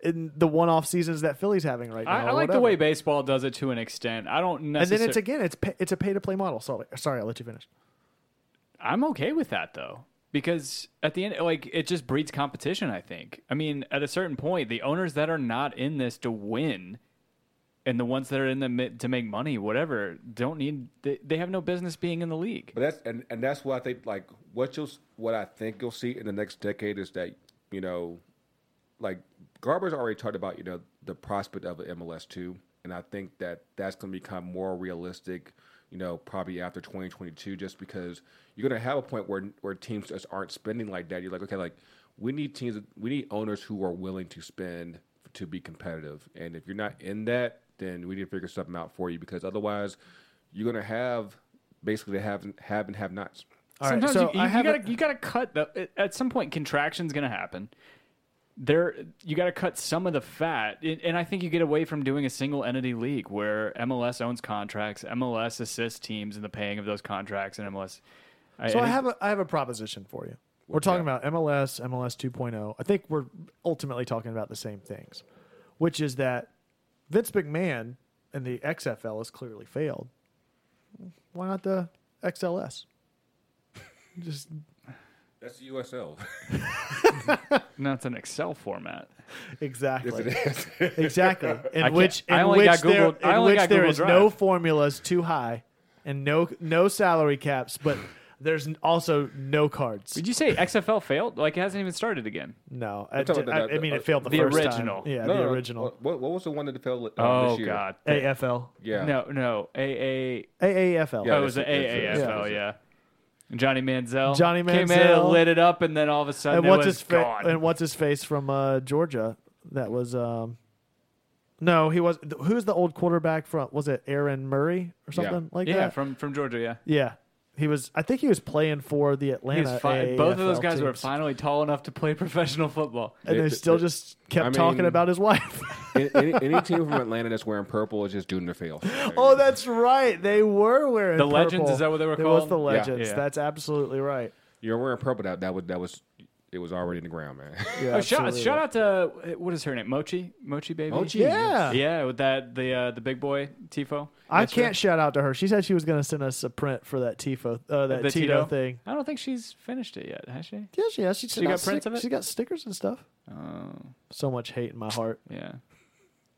Speaker 1: in the one-off seasons that Philly's having right now?
Speaker 3: I, I
Speaker 1: or
Speaker 3: like the
Speaker 1: whatever?
Speaker 3: way baseball does it to an extent. I don't
Speaker 1: And
Speaker 3: necessarily.
Speaker 1: then it's again, it's pay, it's a pay-to-play model. Sorry, sorry, I'll let you finish.
Speaker 3: I'm okay with that though, because at the end, like it just breeds competition. I think. I mean, at a certain point, the owners that are not in this to win, and the ones that are in the mi- to make money, whatever, don't need. They, they have no business being in the league.
Speaker 2: But that's and, and that's what I think. Like what you'll what I think you'll see in the next decade is that you know, like Garber's already talked about you know the prospect of an MLS two, and I think that that's going to become more realistic. You know, probably after 2022, just because you're going to have a point where where teams just aren't spending like that. You're like, okay, like we need teams, we need owners who are willing to spend to be competitive, and if you're not in that, then we need to figure something out for you because otherwise, you're going to have basically have have and have nots.
Speaker 1: All right,
Speaker 3: Sometimes
Speaker 1: so
Speaker 3: you,
Speaker 1: I
Speaker 3: you, you
Speaker 1: have
Speaker 3: gotta
Speaker 1: a-
Speaker 3: you gotta cut the. At some point, contraction's gonna happen. There, you gotta cut some of the fat, and and I think you get away from doing a single entity league where MLS owns contracts, MLS assists teams in the paying of those contracts, and MLS.
Speaker 1: So I have a I have a proposition for you. We're talking about MLS, MLS 2.0. oh. I think we're ultimately talking about the same things, which is that Vince McMahon and the XFL has clearly failed. Why not the XLS? Just
Speaker 2: That's the USL.
Speaker 3: No, it's an Excel format.
Speaker 1: exactly, exactly.
Speaker 3: I
Speaker 1: In
Speaker 3: can't-
Speaker 1: which in
Speaker 3: I only
Speaker 1: which
Speaker 3: got
Speaker 1: there
Speaker 3: Google- I
Speaker 1: in
Speaker 3: only
Speaker 1: which
Speaker 3: got
Speaker 1: there
Speaker 3: Google
Speaker 1: is no
Speaker 3: Drive.
Speaker 1: formulas too high, and no no salary caps, but there's also no cards.
Speaker 3: Did you say XFL failed? Like it hasn't even started again.
Speaker 1: No, I,
Speaker 2: talking about
Speaker 1: I-
Speaker 2: the-
Speaker 1: I mean
Speaker 2: the-
Speaker 1: it failed the,
Speaker 3: the
Speaker 1: first
Speaker 3: original.
Speaker 1: Time. Yeah,
Speaker 2: No,
Speaker 1: the
Speaker 2: no, no.
Speaker 1: original.
Speaker 2: What, what was the one that fell uh,
Speaker 3: Oh
Speaker 2: this year?
Speaker 3: God.
Speaker 1: AFL.
Speaker 2: Yeah.
Speaker 3: No, no. A
Speaker 1: AAFL.
Speaker 3: A.
Speaker 2: Yeah.
Speaker 3: Oh, it was the
Speaker 2: it's- it's-
Speaker 3: AAFL.
Speaker 2: yeah.
Speaker 3: Yeah. Johnny Manziel.
Speaker 1: Johnny
Speaker 3: came
Speaker 1: Manziel.
Speaker 3: in, lit it up, Oh, and then all of a sudden
Speaker 1: And
Speaker 3: it
Speaker 1: what's
Speaker 3: was
Speaker 1: his fa-
Speaker 3: gone.
Speaker 1: and what's his face from uh, Georgia? That was um No, he was th- who's the old quarterback from was it Aaron Murray or
Speaker 2: Yeah.
Speaker 1: something like
Speaker 3: yeah,
Speaker 1: that?
Speaker 3: from from Georgia. Yeah.
Speaker 1: yeah. He was I think he was playing for the
Speaker 3: He
Speaker 1: Atlanta.
Speaker 3: was fi- both of those
Speaker 1: AAFL
Speaker 3: guys were
Speaker 1: teams.
Speaker 3: finally tall enough to play professional football.
Speaker 1: And they
Speaker 2: It-
Speaker 1: still
Speaker 2: it-
Speaker 1: just kept
Speaker 2: I
Speaker 1: talking
Speaker 2: mean-
Speaker 1: about his wife.
Speaker 2: any, any- any team from Atlanta that's wearing purple is just doomed to fail.
Speaker 1: oh, that's right. They were wearing
Speaker 3: The Legends,
Speaker 1: purple.
Speaker 3: is that what they were
Speaker 1: It was
Speaker 3: called?
Speaker 1: the
Speaker 3: Yeah.
Speaker 1: legends.
Speaker 3: Yeah.
Speaker 1: That's absolutely right.
Speaker 2: you're wearing purple. That that was that was it was already in the ground, man.
Speaker 1: Yeah,
Speaker 3: Oh, shout,
Speaker 1: absolutely.
Speaker 3: shout out to what is her name? Mochi, Mochi baby.
Speaker 2: Mochi,
Speaker 1: Yeah.
Speaker 3: Yeah, with that the uh, the big boy Tifo.
Speaker 1: I can't shout out to her. She said she was going to send us a print for that Tifo, uh, that
Speaker 3: The
Speaker 1: Tito, thing.
Speaker 3: I don't think she's finished it yet, has she?
Speaker 1: Yeah, she has. She, sent
Speaker 3: got
Speaker 1: out stick-
Speaker 3: prints of it?
Speaker 1: She got stickers and stuff.
Speaker 3: Oh.
Speaker 1: So much hate in my heart.
Speaker 3: Yeah.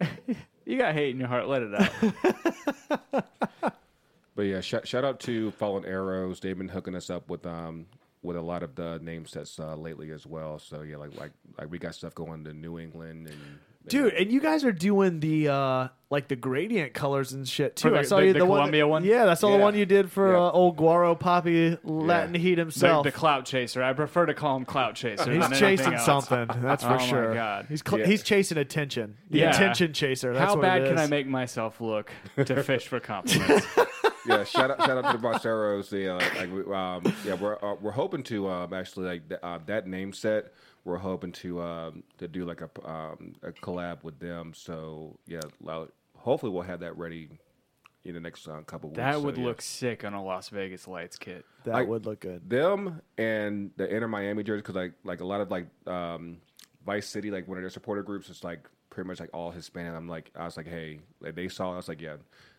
Speaker 3: you got hate in your heart. Let it out.
Speaker 2: But yeah, shout, shout out to Fallen Arrows. They've been hooking us up with um with a lot of the name sets uh, lately as well. So yeah, like like like we got stuff going to New England and
Speaker 1: Dude, and you guys are doing the uh like the gradient colors and shit too.
Speaker 3: the-
Speaker 1: I saw
Speaker 3: the-
Speaker 1: you
Speaker 3: the
Speaker 1: one-
Speaker 3: Columbia one?
Speaker 1: Yeah, that's all the
Speaker 2: Yeah.
Speaker 1: one you did for
Speaker 2: Yeah.
Speaker 1: uh, old Guaro Poppy Latin Heat
Speaker 3: The,
Speaker 1: himself.
Speaker 3: the clout chaser. I prefer to call him clout chaser.
Speaker 1: Uh, he's
Speaker 3: than anything
Speaker 1: chasing
Speaker 3: else.
Speaker 1: something, that's for
Speaker 3: Oh my
Speaker 1: sure.
Speaker 3: God.
Speaker 1: He's cl-
Speaker 2: Yeah.
Speaker 1: he's chasing attention. The
Speaker 3: Yeah.
Speaker 1: attention chaser. That's
Speaker 3: How
Speaker 1: what
Speaker 3: bad
Speaker 1: it
Speaker 3: can I
Speaker 1: is.
Speaker 3: make myself look to fish for compliments?
Speaker 2: yeah, shout out, shout out to the Monteros. Yeah, like, like we, um, yeah, we're uh, we're hoping to um, actually like th- uh, that name set. We're hoping to um, to do like a um, a collab with them. So yeah, lo- hopefully we'll have that ready in the next uh, couple weeks.
Speaker 3: that
Speaker 2: So,
Speaker 3: would
Speaker 2: yeah.
Speaker 3: look sick on a Las Vegas lights kit.
Speaker 1: That
Speaker 2: Like-
Speaker 1: would look good.
Speaker 2: them and the inner Miami jersey because like like a lot of like um, Vice City like one of their supporter groups is like pretty much like all Hispanic. I'm like I was like hey like they saw it, I was like yeah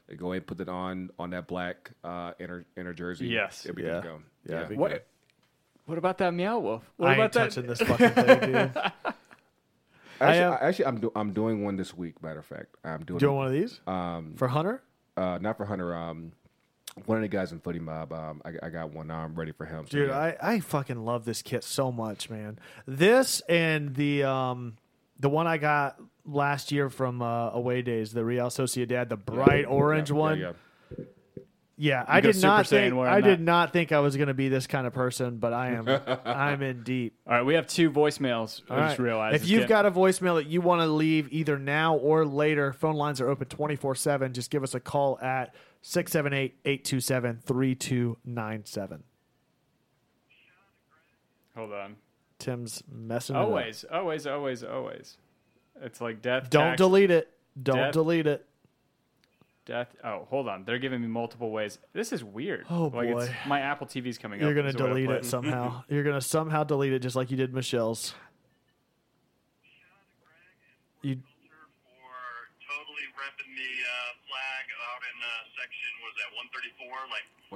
Speaker 2: they go ahead and put it on on that black uh, inner inner jersey
Speaker 3: Yes.
Speaker 2: it'd be
Speaker 1: Yeah.
Speaker 2: good to go
Speaker 1: Yeah.
Speaker 2: It'd be
Speaker 3: What?
Speaker 2: good.
Speaker 3: What about that meow wolf? What
Speaker 1: I ain't
Speaker 3: about that?
Speaker 1: touching this fucking thing, dude.
Speaker 2: Actually,
Speaker 1: am-
Speaker 2: I actually I'm do, I'm doing one this week. Matter of fact, I'm doing,
Speaker 1: Doing one of these
Speaker 3: Um,
Speaker 1: for Hunter.
Speaker 2: uh, not for Hunter. Um, one of the guys in Footy Mob. Um, I, I got one arm ready for him. so
Speaker 1: Dude,
Speaker 2: yeah.
Speaker 1: I, I fucking love this kit so much, man. This and the um the one I got last year from uh, Away Days, the Real Sociedad, the bright orange
Speaker 2: Yeah, yeah,
Speaker 1: one. Yeah,
Speaker 2: yeah.
Speaker 1: I
Speaker 3: go
Speaker 1: did
Speaker 3: Super
Speaker 1: not
Speaker 3: Saiyan
Speaker 1: think
Speaker 3: wearing
Speaker 1: I did
Speaker 3: that.
Speaker 1: not think I was gonna be this kind of person, but I am I'm in deep.
Speaker 3: All right, we have two voicemails. I
Speaker 1: All
Speaker 3: just
Speaker 1: right.
Speaker 3: realized.
Speaker 1: If
Speaker 3: it's
Speaker 1: you've
Speaker 3: getting-
Speaker 1: got a voicemail that you want to leave either now or later, phone lines are open 24 7. Just give us a call at 678 827 3297.
Speaker 3: hold on,
Speaker 1: Tim's messing it up.
Speaker 3: always, always, always, always. It's like death.
Speaker 1: Don't
Speaker 3: tax,
Speaker 1: delete it. Don't
Speaker 3: Death.
Speaker 1: delete it.
Speaker 3: death. Oh, hold on. They're giving me multiple ways. This is weird.
Speaker 1: Oh,
Speaker 3: like It's,
Speaker 1: boy.
Speaker 3: my Apple TV's coming
Speaker 1: You're
Speaker 3: up.
Speaker 1: gonna
Speaker 3: is what I
Speaker 1: delete
Speaker 3: put.
Speaker 1: it somehow. You're gonna somehow delete it just like you did Michelle's. You
Speaker 5: for totally repping the uh, flag out in uh, section was that 134, like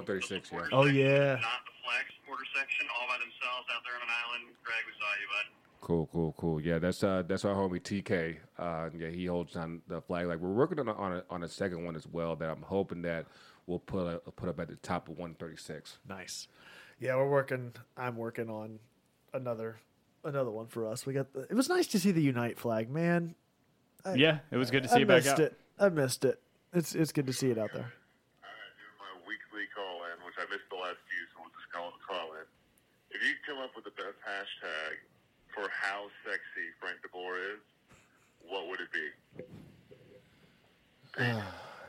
Speaker 2: 136,
Speaker 5: the
Speaker 2: yeah.
Speaker 5: supporter
Speaker 1: Oh,
Speaker 5: section,
Speaker 1: yeah.
Speaker 5: not the flag supporter section, all by themselves out there on an island. Greg, we saw you, bud.
Speaker 2: Cool, cool, cool. Yeah, that's uh, that's our homie TK. Uh, yeah, he holds down the flag. Like we're working on a, on a, on a second one as well that I'm hoping that we'll put a, put up at the top of 136.
Speaker 1: nice. Yeah, we're working. I'm working on another another one for us. We got. The, it was nice to see the Unite flag, man.
Speaker 3: Yeah, it was good to see
Speaker 1: I
Speaker 3: you back
Speaker 1: missed
Speaker 3: out.
Speaker 1: it. I missed it. It's it's good to see it out there.
Speaker 5: Alright, here's my weekly call in, which I missed the last few, so we'll just call it a call in. If you come up with the best hashtag for how sexy Frank DeBoer is, what would it be?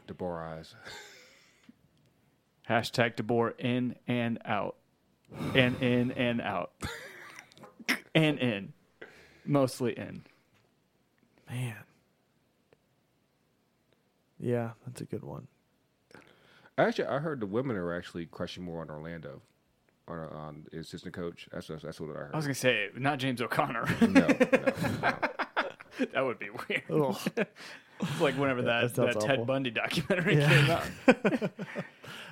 Speaker 2: Deborah eyes.
Speaker 3: Hashtag DeBoer in and out, and in and out, and in, mostly in.
Speaker 1: Man. Yeah, that's a good one.
Speaker 2: Actually, I heard the women are actually crushing more on Orlando, on, on the assistant coach. That's that's, that's what I heard.
Speaker 3: I was gonna say not James O'Connor.
Speaker 2: no, no, no.
Speaker 3: that would be weird.
Speaker 1: Ugh.
Speaker 3: It's like whenever that,
Speaker 1: that sounds
Speaker 3: that Ted
Speaker 1: awful.
Speaker 3: Bundy documentary
Speaker 1: Yeah.
Speaker 3: came out.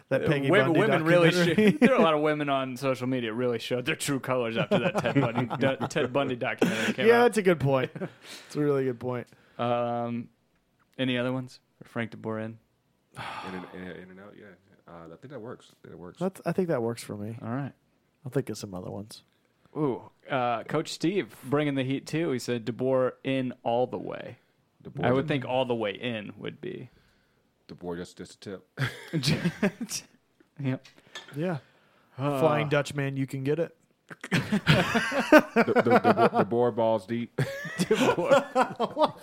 Speaker 1: that Peggy
Speaker 3: women,
Speaker 1: Bundy
Speaker 3: women really
Speaker 1: documentary.
Speaker 3: showed, there are a lot of women on social media really showed their true colors after that Ted Bundy do- Ted Bundy documentary came
Speaker 1: yeah,
Speaker 3: out.
Speaker 1: that's a good point. It's a really good point.
Speaker 3: Um, any other ones? Frank DeBoer in.
Speaker 2: in, and, in, and- in and out. Yeah, uh, I think that works. It works.
Speaker 1: That's, I think that works for me.
Speaker 3: All right.
Speaker 1: I'll think of some other ones.
Speaker 3: Ooh, uh, Coach Steve bringing the heat too. He said DeBoer in all the way.
Speaker 2: DeBoer,
Speaker 3: I would think all the way in would be.
Speaker 2: DeBoer just just a tip.
Speaker 3: yep.
Speaker 1: Yeah. Flying Dutchman, you can get it.
Speaker 2: the, the, the, DeBoer balls deep.
Speaker 3: DeBoer.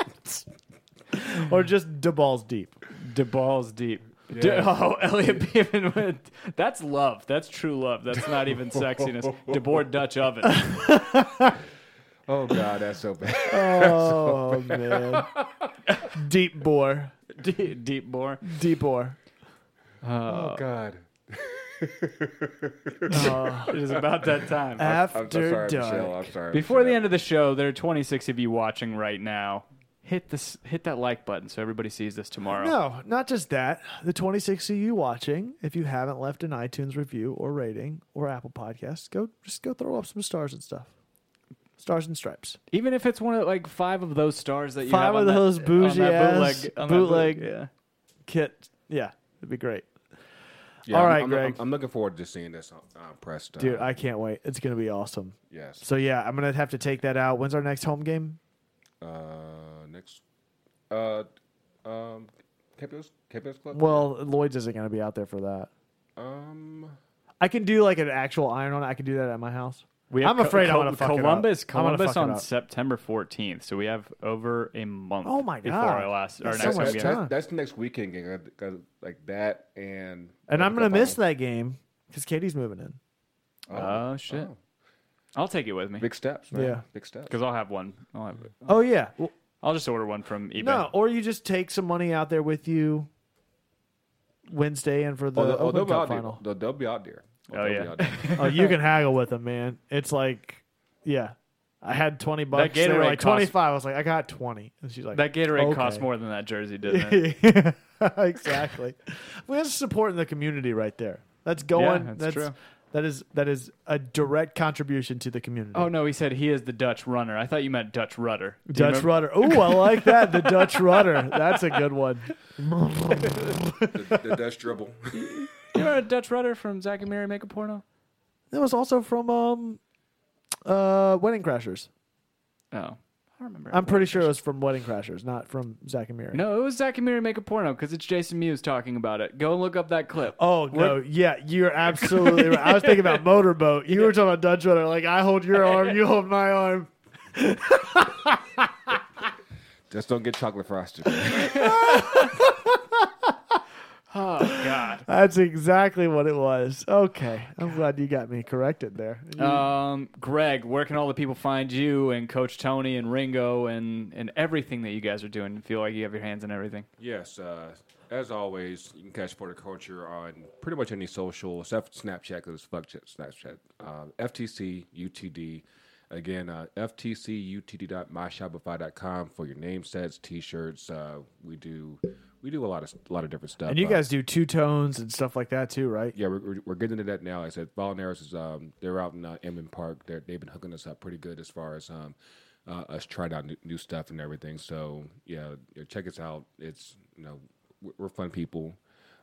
Speaker 1: Or just de balls deep.
Speaker 3: DeBall's deep. De- oh, Elliot Beeman with that's love. That's true love. That's not even sexiness. DeBoer Dutch oven.
Speaker 2: oh God, that's so bad.
Speaker 1: Oh, man. Deep bore.
Speaker 3: D- deep bore.
Speaker 1: Deep bore.
Speaker 2: oh God.
Speaker 3: It is about that time.
Speaker 1: After
Speaker 2: I'm so sorry,
Speaker 1: dark.
Speaker 2: Michelle. I'm sorry.
Speaker 3: Before the
Speaker 2: Michelle.
Speaker 3: end of the show, there are 26 of you watching right now. Hit this, hit that like button so everybody sees this tomorrow.
Speaker 1: No, not just that. The 26 of you watching, if you haven't left an iTunes review or rating or Apple Podcasts, go just go throw up some stars and stuff. Stars and stripes.
Speaker 3: Even if it's one of like five of those stars that you have
Speaker 1: Five of
Speaker 3: on that-
Speaker 1: those
Speaker 3: on that
Speaker 1: bougie ass
Speaker 3: bootleg, on that boot-
Speaker 1: bootleg-
Speaker 3: yeah.
Speaker 1: Kit, yeah, it'd be great.
Speaker 2: Yeah,
Speaker 1: All
Speaker 2: I'm-
Speaker 1: right,
Speaker 2: I'm,
Speaker 1: Greg.
Speaker 2: I'm, I'm looking forward to seeing this uh, press. uh,
Speaker 1: Dude, I can't wait. It's going to be awesome.
Speaker 2: yes.
Speaker 1: So, yeah, I'm going to have to take that out. When's our next home game?
Speaker 2: uh, next Uh, um, Campus Campus Club.
Speaker 1: Well, Lloyd's isn't going to be out there for that.
Speaker 2: Um,
Speaker 1: I can do like an actual iron on. I can do that at my house.
Speaker 3: We
Speaker 1: I'm afraid I'm gonna fuck it up.
Speaker 3: Columbus.
Speaker 1: I'm gonna
Speaker 3: Columbus
Speaker 1: fuck it
Speaker 3: on
Speaker 1: up.
Speaker 3: September 14th, so we have over a month.
Speaker 1: Oh my
Speaker 3: Before
Speaker 1: God.
Speaker 3: our last our
Speaker 1: That's so
Speaker 3: next
Speaker 1: much
Speaker 3: home
Speaker 2: that's,
Speaker 3: game.
Speaker 1: time.
Speaker 2: that's, that's the next weekend game. I- I- Like that and
Speaker 1: And I'm going
Speaker 2: Cup
Speaker 1: to miss
Speaker 2: final.
Speaker 1: that game because Katie's moving in.
Speaker 3: Oh, shit! I'll take it with me
Speaker 2: Big steps, man.
Speaker 1: Yeah.
Speaker 2: big steps.
Speaker 3: because I'll have one. I'll have.
Speaker 1: Oh, yeah. Well,
Speaker 3: I'll just order one from eBay.
Speaker 1: no, or you just take some money out there with you Wednesday and for the
Speaker 2: Oh, they'll- oh,
Speaker 1: Open
Speaker 2: they'll, be
Speaker 1: Cup
Speaker 2: out there.
Speaker 1: final.
Speaker 2: They'll, they'll be out there.
Speaker 3: Oh,
Speaker 2: They'll be
Speaker 3: yeah.
Speaker 2: out there.
Speaker 1: oh, you can haggle with them, man. It's like, yeah. I had 20 bucks. they were
Speaker 3: Gatorade
Speaker 1: like
Speaker 3: cost-
Speaker 1: 25. I was like, I got 20. And she's like,
Speaker 3: that Gatorade costs
Speaker 1: okay.
Speaker 3: more than that jersey, didn't it?
Speaker 1: Yeah, exactly. We're just supporting the community right there. That's going.
Speaker 3: that's
Speaker 1: that's
Speaker 3: true.
Speaker 1: That is that is a direct contribution to the community.
Speaker 3: oh no, he said he is the Dutch runner. I thought you meant Dutch rudder. Do you
Speaker 1: Dutch
Speaker 3: remember-
Speaker 1: rudder. Ooh, I like that. The Dutch rudder. That's a good one.
Speaker 2: the, the Dutch dribble.
Speaker 3: You remember Dutch rudder from Zack and Mary Make a Porno?
Speaker 1: That was also from um, uh, Wedding Crashers.
Speaker 3: Oh, I don't remember.
Speaker 1: I'm pretty sure it was from Wedding Crashers, not from Zack and Miri.
Speaker 3: No, it was Zack and Miri make a porno because it's Jason Mewes talking about it. Go and look up that clip.
Speaker 1: Oh no! Yeah, you're absolutely right. I was thinking about motorboat. You were talking about Dutch rudder. Like I hold your arm, you hold my arm.
Speaker 2: Just don't get chocolate frosted. man.
Speaker 1: That's exactly what it was. Okay, I'm glad you got me corrected there.
Speaker 2: Uh,
Speaker 3: Um, Greg, where can all the people find you and Coach Tony and Ringo and and everything that you guys are doing? Feel like you have your hands in everything.
Speaker 2: Yes, uh, as always, you can catch For the Culture on pretty much any social, except Snapchat, because fuck shit, Snapchat. Uh, FTC UTD. Again, uh, FTCUTD.myshopify.com for your name sets, T-shirts. Uh, we do we do a lot of a lot of different stuff.
Speaker 1: And you
Speaker 2: Uh,
Speaker 1: guys do two tones and stuff like that too, right?
Speaker 2: yeah, we're, we're, we're getting into that now. I said Ballinaris is um they're out in uh, Inman Park. They're, they've been hooking us up pretty good as far as um uh, us trying out new, new stuff and everything. So yeah, yeah, check us out. It's you know we're, we're fun people.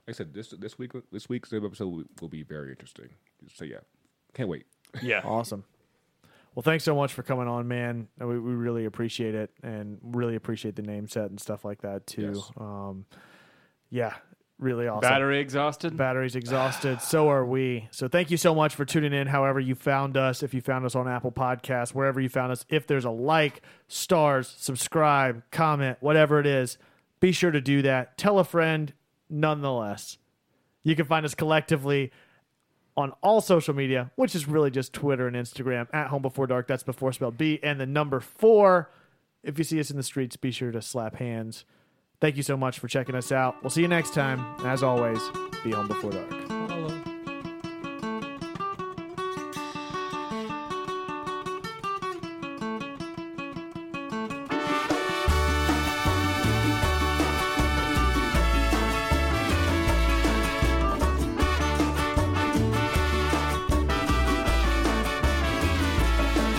Speaker 2: Like I said, this this week this week's episode will, will be very interesting. So yeah, can't wait.
Speaker 1: Awesome. Well, thanks so much for coming on, man. Uh, We, we really appreciate it and really appreciate the name set and stuff like that too.
Speaker 2: Yes.
Speaker 1: Um, yeah, really awesome.
Speaker 3: Battery exhausted.
Speaker 1: Battery's exhausted. so are we. So thank you so much for tuning in. However, you found us, if you found us on Apple Podcasts, wherever you found us, if there's a like, stars, subscribe, comment, whatever it is, be sure to do that. Tell a friend nonetheless. You can find us collectively on all social media, which is really just Twitter and Instagram at Home Before Dark. That's before spelled B. And the number four. If you see us in the streets, be sure to slap hands. Thank you so much for checking us out. We'll see you next time. As always, be home before dark.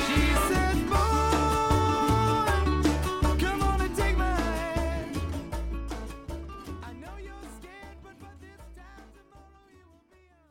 Speaker 4: She said, "Boy, come on and take my hand. I know you're scared, but by this time tomorrow you will be a man."